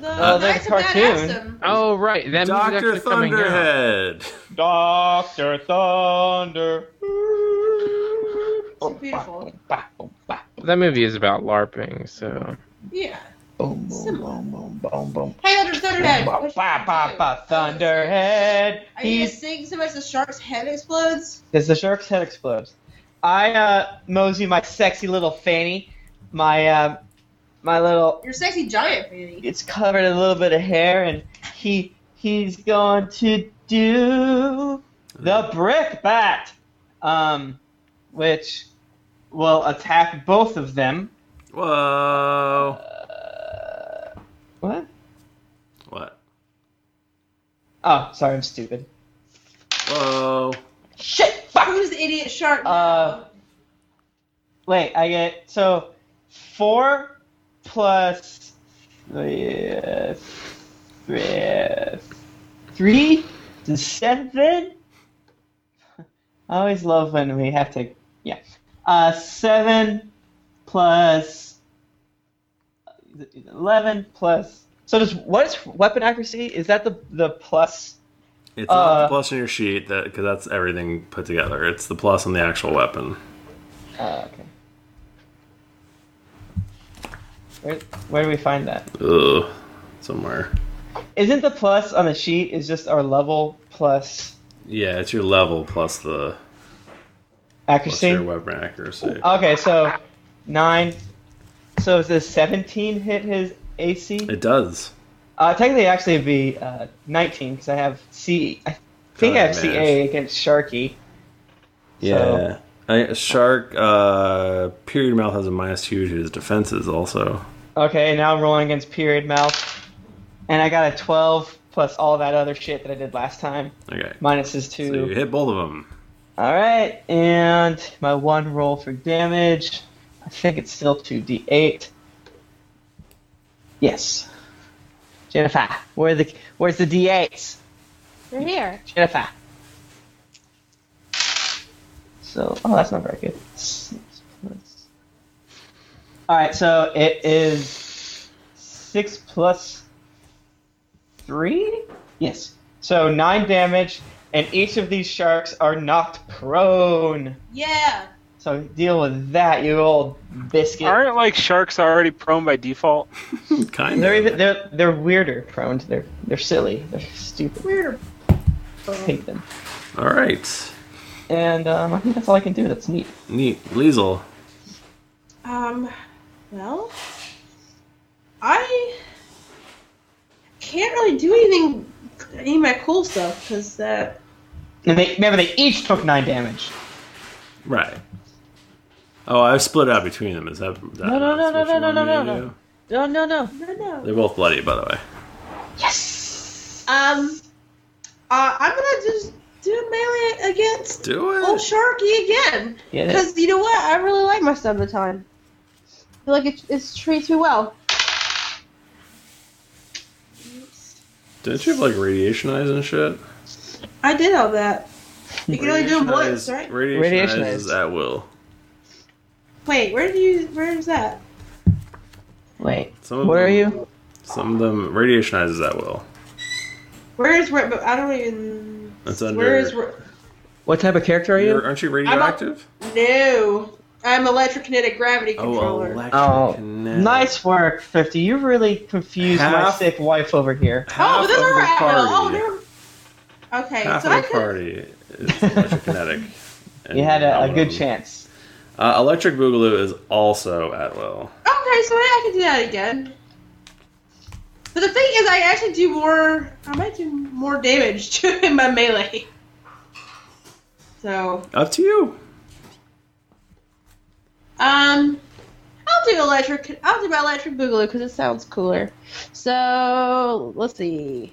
the
Oh, there's
Knights
a
of
cartoon.
Madison.
Oh right, that movie's
Doctor
actually coming out.
Thunderhead.
Doctor Thunder. Oh,
It's beautiful.
Bah, boom, bah,
That movie is about LARPing, so
Yeah.
boom, boom,
Similar.
boom, boom, boom, boom.
Hey, under Thunderhead.
Bah,
what
bah,
you
bah,
do?
bah, Thunderhead.
Are you
He's
just seeing so much the shark's head explodes?
Does the shark's head explode? I uh, mosey my sexy little fanny, my uh, my little.
You're a sexy giant, Fanny.
It's covered in a little bit of hair, and he he's going to do the brick bat, um, which will attack both of them.
Whoa.
What?
What?
Oh, sorry, I'm stupid.
Whoa.
Shit! Who's the idiot shark?
Uh, Wait, I get so four plus three, uh, three, uh, three to seven. I always love when we have to. Yeah, uh, seven plus eleven plus. So does what is weapon accuracy? Is that the the plus?
It's not the
Uh,
plus on your sheet that because that's everything put together. It's the plus on the actual weapon.
Uh, okay. Where, where do we find that?
Ugh. Somewhere.
Isn't the plus on the sheet is just our level plus
Yeah, it's your level plus the plus
accuracy?
your weapon accuracy.
Okay, so nine. So is this seventeen hit his AC?
It does.
Uh, technically, actually, it'd be uh, nineteen because I have C. I think I
God,
have
man.
CA against Sharky.
Yeah. I, shark uh, period mouth has a minus two to his defenses also.
Okay, now I'm rolling against Period Mouth, and I got a twelve plus all that other shit that I did last time,
Okay.
minus his two.
So you hit both of them.
All right, and my one roll for damage. I think it's still 2d8. Yes. Jennifer, where are the where's the d8s?
They're here.
Jennifer. So, oh, that's not very good. All right, so it is six plus three. Yes. So nine damage, and each of these sharks are knocked prone.
yeah.
So deal with that, you old biscuit.
Aren't like sharks already prone by default?
kind
They're
of.
even, they're they're weirder prone. They're they're silly. They're stupid.
Weird.
I hate them.
All right.
And um, I think that's all I can do. That's neat.
Neat. Liesel.
Um, well, I can't really do anything, any of my cool stuff, because uh,
And they remember they each took nine damage.
Right. Oh, I split out between them. Is that, that
No, no, no,
that's
no,
what
no,
you
no,
want
no,
me to
no.
do?
No, no, no.
I don't know.
They're both bloody, by the way.
Yes.
Um, uh, I'm gonna just do melee against
Do it.
Oh,
old Sharky again,
Get it?
because you know what? I really like my sub the time. I feel like it, it's treats me well.
Didn't you have like radiation eyes and shit?
I did all that. You can only do
Radiation
them once,
eyes-
right?
Radiation,
Radiation
eyes
eyes.
is at will.
Wait, where did you? Where is that?
Wait.
Some of
Where are
them-
you?
Some of them radiation eyes is at will.
Where is where? But I don't even.
That's
Where
under-
is where?
What type of character are
You're,
you?
aren't you
not-
radioactive?
No, I'm electrokinetic gravity
oh,
controller.
Oh,
electrokinetic.
Nice work, Fifty. You really confused my
Half-
sick wife over here.
Half
oh,
of
those are
the
at will. Oh,
party.
they're- Okay,
Half
so I
of the
could.
party is electrokinetic. and
You had
not
a, a
one
good
of them.
chance.
Uh, electric boogaloo is also at will.
Okay, so I can do that again. But the thing is, I actually do more. I might do more damage to in my melee. So,
Up to you.
um, I'll do electric. I'll do my electric boogaloo because it sounds cooler. So let's see.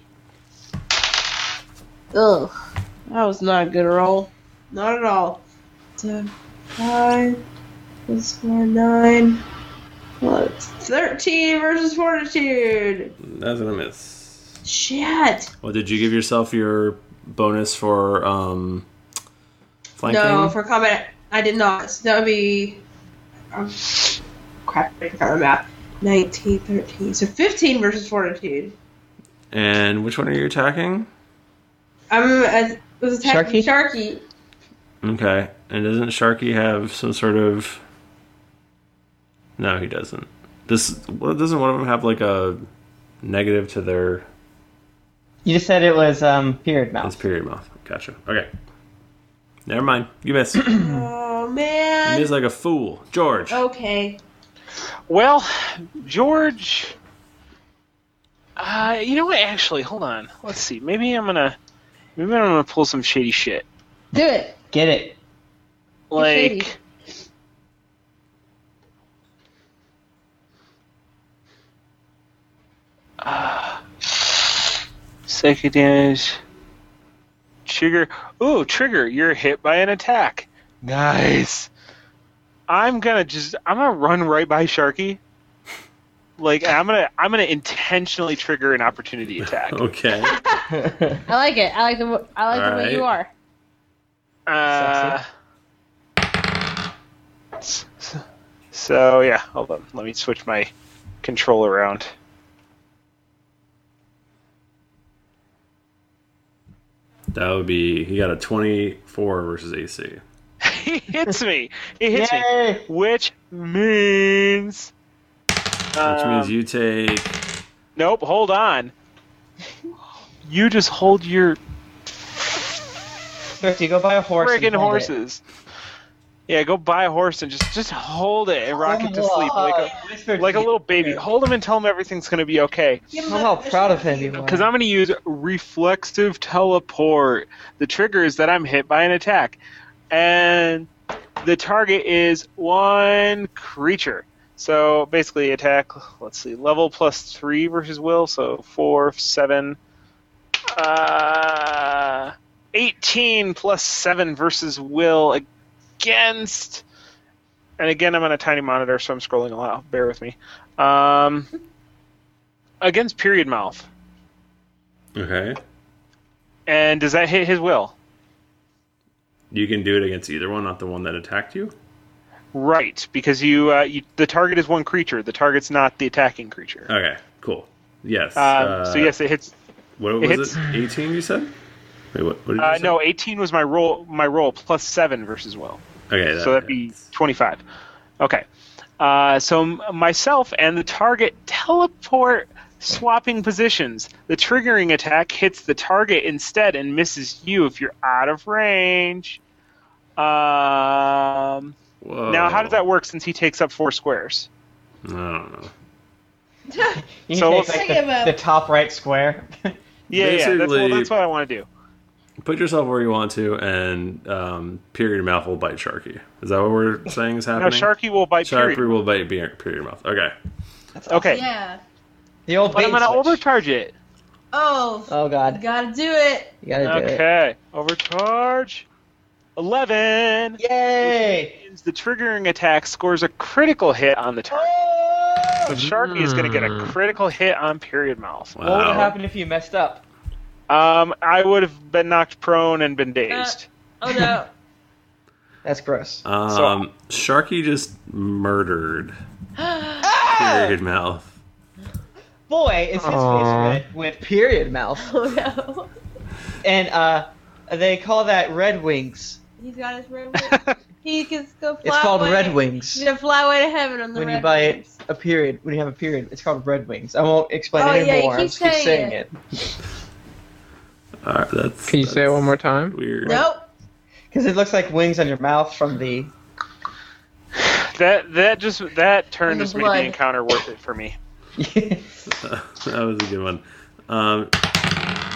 Ugh, that was not a good roll. Not at all. So five plus four nine. What's thirteen versus fortitude?
That's gonna miss.
Shit.
Well, did you give yourself your bonus for um, flanking?
No, for combat, I did not. So that would be. Um, crap, I forgot my map. 19, 13. So 15 versus fortitude.
and which one are you attacking?
I'm. I uh, was attacking Sharky.
Okay. And doesn't Sharky have some sort of? No, he doesn't. Does well, doesn't one of them have like a negative to their
You just said it was um, period
his
mouth.
period mouth? Gotcha. Okay. Never mind. You miss. you
Hmm.
Oh, man.
miss like a fool, George.
Oh. Okay.
Well, George. Uh, you know what? Actually, hold on. Let's see. Maybe I'm gonna. Maybe I'm gonna pull some shady shit.
Do it.
Get it.
shady.
Like, uh, psychic damage. Trigger. Ooh, trigger. You're hit by an attack. Nice. I'm gonna just. I'm gonna run right by Sharky. Like and I'm gonna. I'm gonna intentionally trigger an opportunity attack.
Okay.
I like it. I like the. I like
Alright.
the way you are.
Uh, s- s- Uh, so yeah, hold on. Let me switch my control around.
That would be he got a 24 versus AC.
he hits me. He hits me,
Yay!
which means.
Which means
Um,
you take
Nope. Hold on. You just hold your
First, you go buy a horse. and
friggin'
hold it.
horses. Yeah, go buy a horse and just just hold it and rock it to sleep like a
Whisper to
like a
the
little baby.
ear.
Hold him and tell him everything's gonna be okay.
Give
I'm
him a-
how proud of him you are.
Because I'm going to use reflexive teleport. The trigger is that I'm hit by an attack. And the target is one creature. So basically, attack, let's see, level plus three versus will, so four, seven, uh, 18 plus seven versus will against. And again, I'm on a tiny monitor, so I'm scrolling a lot. Bear with me. Um, against period mouth.
Okay.
And does that hit his will?
You can do it against either one, not the one that attacked you.
Right, because you, uh, you the target is one creature. The target's not the attacking creature.
Okay, cool. Yes.
Um,
uh,
so yes, it hits.
What
it
was it? 18 you said? Wait, what, what did you
Uh,
say?
no, eighteen was my roll. My roll plus seven versus will,
Okay, that,
so that'd be twenty-five. Okay, uh, so m- myself and the target teleport, swapping positions. The triggering attack hits the target instead and misses you if you're out of range. Um,
Whoa.
Now, how does that work? Since he takes up four squares.
I don't know.
You
So
take
we'll-
like,
I give
the,
up.
the top right square.
Yeah, yeah, that's what,
Basically-
that's what I want to do.
Put yourself where you want to, and um, period mouth will bite Sharky. Is that what we're saying is
No,
happening?
Sharky will bite
Sharky
period.
will bite be- period mouth. Okay.
Okay,
Yeah.
the old
but I'm
bait
gonna
switch.
overcharge it.
Oh,
Oh god,
gotta do it.
you gotta do it.
Okay, overcharge. Eleven.
Yay!
Means The triggering attack scores a critical hit on the target. So Sharky is gonna get a
Hmm.
Mm.
critical hit on period mouth.
Wow.
What would happen if you messed up?
Um, I would have been knocked prone and been dazed.
Oh no.
That's gross.
Um, Sharky just murdered
Oh,
period mouth.
Boy, is his
Aw.
face red with period mouth.
oh no.
And uh, they call that red wings.
He's got his red wing. He can go fly
It's called
away.
red
He's
wings.
gonna fly away to heaven on the
When
red
you buy it,
wings.
a period. When you have a period, it's called red wings. I won't explain
Oh,
it
yeah, you
anymore.
keep
I'm just keep
saying
saying
it.
it
All right, that's.
Can you say it
that's
one more time?
Weird.
Nope.
because it looks like wings on your mouth from the.
Um,
That that just that turn
And the
just made the
blood.
encounter worth it for me.
that was a good one. Um,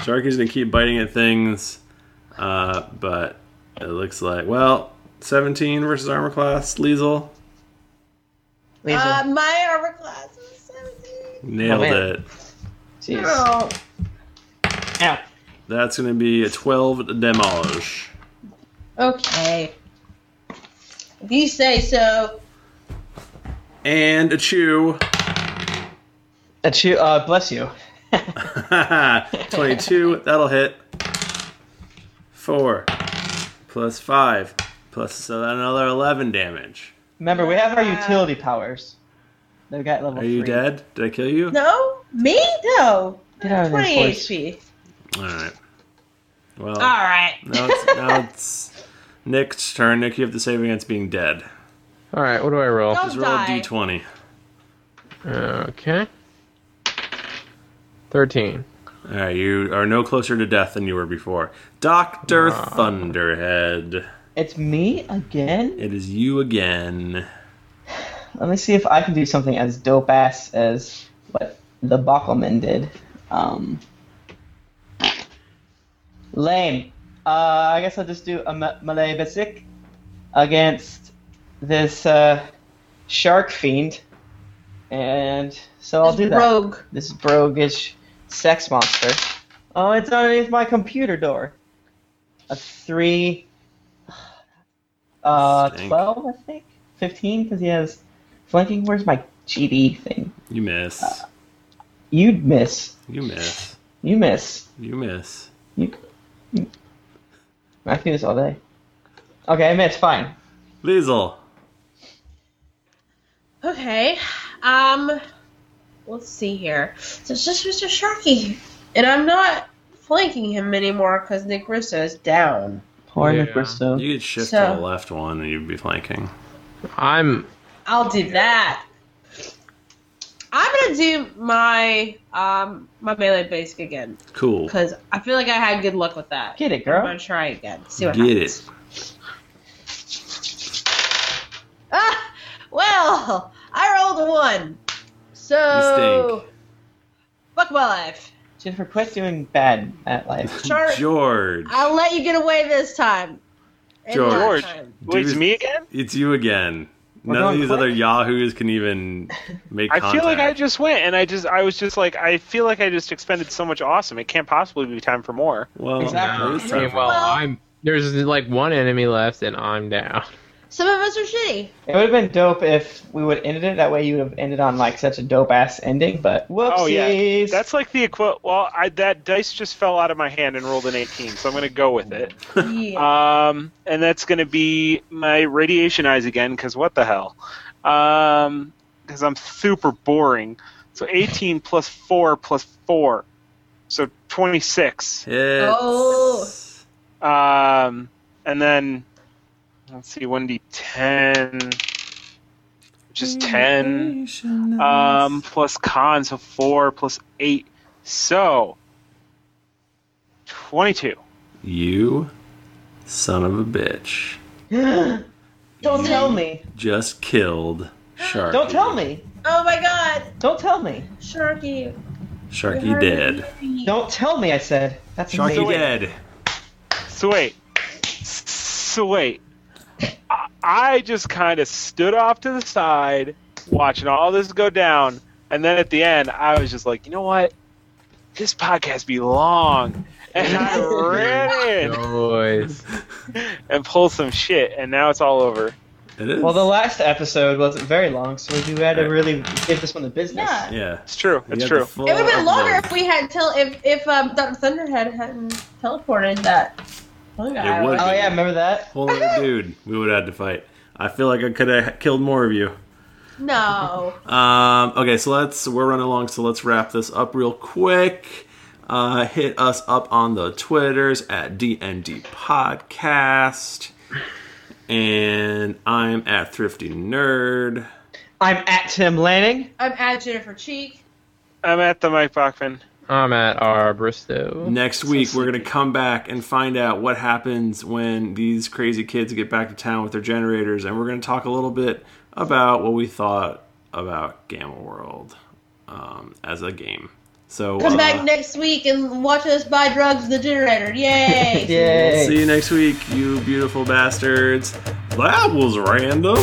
Sharky's gonna keep biting at things, uh, but it looks like well, 17 versus armor class, Liesel
Liesel.
Uh, my armor class is 17.
nailed
Oh, man.
it.
Jeez.
Oh,
Ow.
That's gonna be a 12 to demolish.
okay. If you say so.
And a chew.
That's you. Uh, bless you.
22, that'll hit. 4 plus 5 plus another 11 damage.
Remember, we have our
Yeah.
utility powers. They've got level
Are you
three.
dead? Did I kill you?
No? Me? No.
Get out of there,
20
horse.
HP.
Alright. Well,
Alright.
now it's, now it's Nick's turn. Nick, you have to save against being dead.
All right, what do I roll?
Don't
Just roll a
die.
d20.
Okay. 13.
Alright, you are no closer to death than you were before. Dr. Thunderhead.
It's me again.
It is you again.
Let me see if I can do something as dope ass as what the Bockelman did. Um, Lame. Uh, I guess I'll just do a me- melee basic against this uh, shark fiend, and so I'll do that.
Rogue.
This broguish sex monster. Oh, it's underneath my computer door. A three, uh,
Stink.
twelve, I think, fifteen, because he has flanking. Where's my GD thing?
You miss.
You'd miss.
You miss.
You miss.
You miss.
You. you- I can do this all day. Okay, I missed. Fine.
Liesel.
Okay. Um, let's see here. So it's just Mr. Sharky, and I'm not flanking him anymore because Nick Russo is down.
Poor
Yeah.
Nick Bristow.
You could shift to
So-
the left one and you'd be flanking.
I'm
I'll do that. I'm gonna do my um my melee basic again
Cool.
because I feel like I had good luck with that.
Get it,
I'm
girl.
gonna try again. See what
Get
happens.
it.
Ah, well, I rolled a one,
You
so fuck my life.
Jennifer, quit doing bad at life.
Shark.
George.
I'll let you get away this time. And
George.
last
George.
time.
Wait, it's
Dude.
me again?
It's you again.
We're
None of
going
these
quick.
other yahoos can even make
I
contact.
feel like I just went, and I just I was just like I feel like I just expended so much awesome. It can't possibly be time for more.
Well,
Exactly.
it
down.
is
I
time
mean,
for
well,
that.
I'm there's like one enemy left, and I'm down.
Some of us are shitty.
It would have been dope if we would have ended it that way. You would have ended on like such a dope ass ending, but whoopsies.
Oh yeah, that's like the equi. Well, I, that dice just fell out of my hand and rolled an 18, so I'm gonna go with it.
Yeah.
Um, and that's gonna be my radiation eyes again, because what the hell? Um, because I'm super boring. So 18 plus four plus four, so 26.
It's-
Oh.
Um, and then let's see, one d ten, which is
Mm-hmm.
ten. Um, plus con, so four plus eight, so twenty-two.
You son of a bitch.
Don't tell me.
Just killed Sharky.
Don't tell me.
oh my god,
Don't tell me.
Sharky.
Sharky
you're
dead.
Don't tell me. I said. That's
Sharky
amazing.
dead.
So wait, so wait. I- I just kind of stood off to the side, watching all this go down, and then at the end, I was just like, you know what? This podcast be long, and I ran in.
Noise.
and pull some shit, and now it's all over.
It is.
Well, the last episode wasn't very long, so we do had to
Right.
really give this one the business.
Yeah.
yeah.
It's true.
You
It's
got
true.
the full
It would have been longer
upload.
if we had tell if if um, Dr. Thunderhead hadn't teleported that. one guy.
It would.
Oh yeah, remember that?
Whole other dude. We would have had to fight. I feel like I could have killed more of you.
No.
Um, okay, so let's we're running along, so let's wrap this up real quick. Uh, hit us up on the Twitters at DND Podcast, and I'm at Thrifty Nerd.
I'm at Tim Lanning.
I'm at Jennifer Cheek.
I'm at the Mike Bachman.
I'm at R Bristow.
Next week we're gonna come back and find out what happens when these crazy kids get back to town with their generators, and we're gonna talk a little bit about what we thought about Gamma World um, as a game. So
Come
uh,
back next week and watch us buy drugs in the generator. Yay!
Yay.
See you next week, you beautiful bastards. That was random.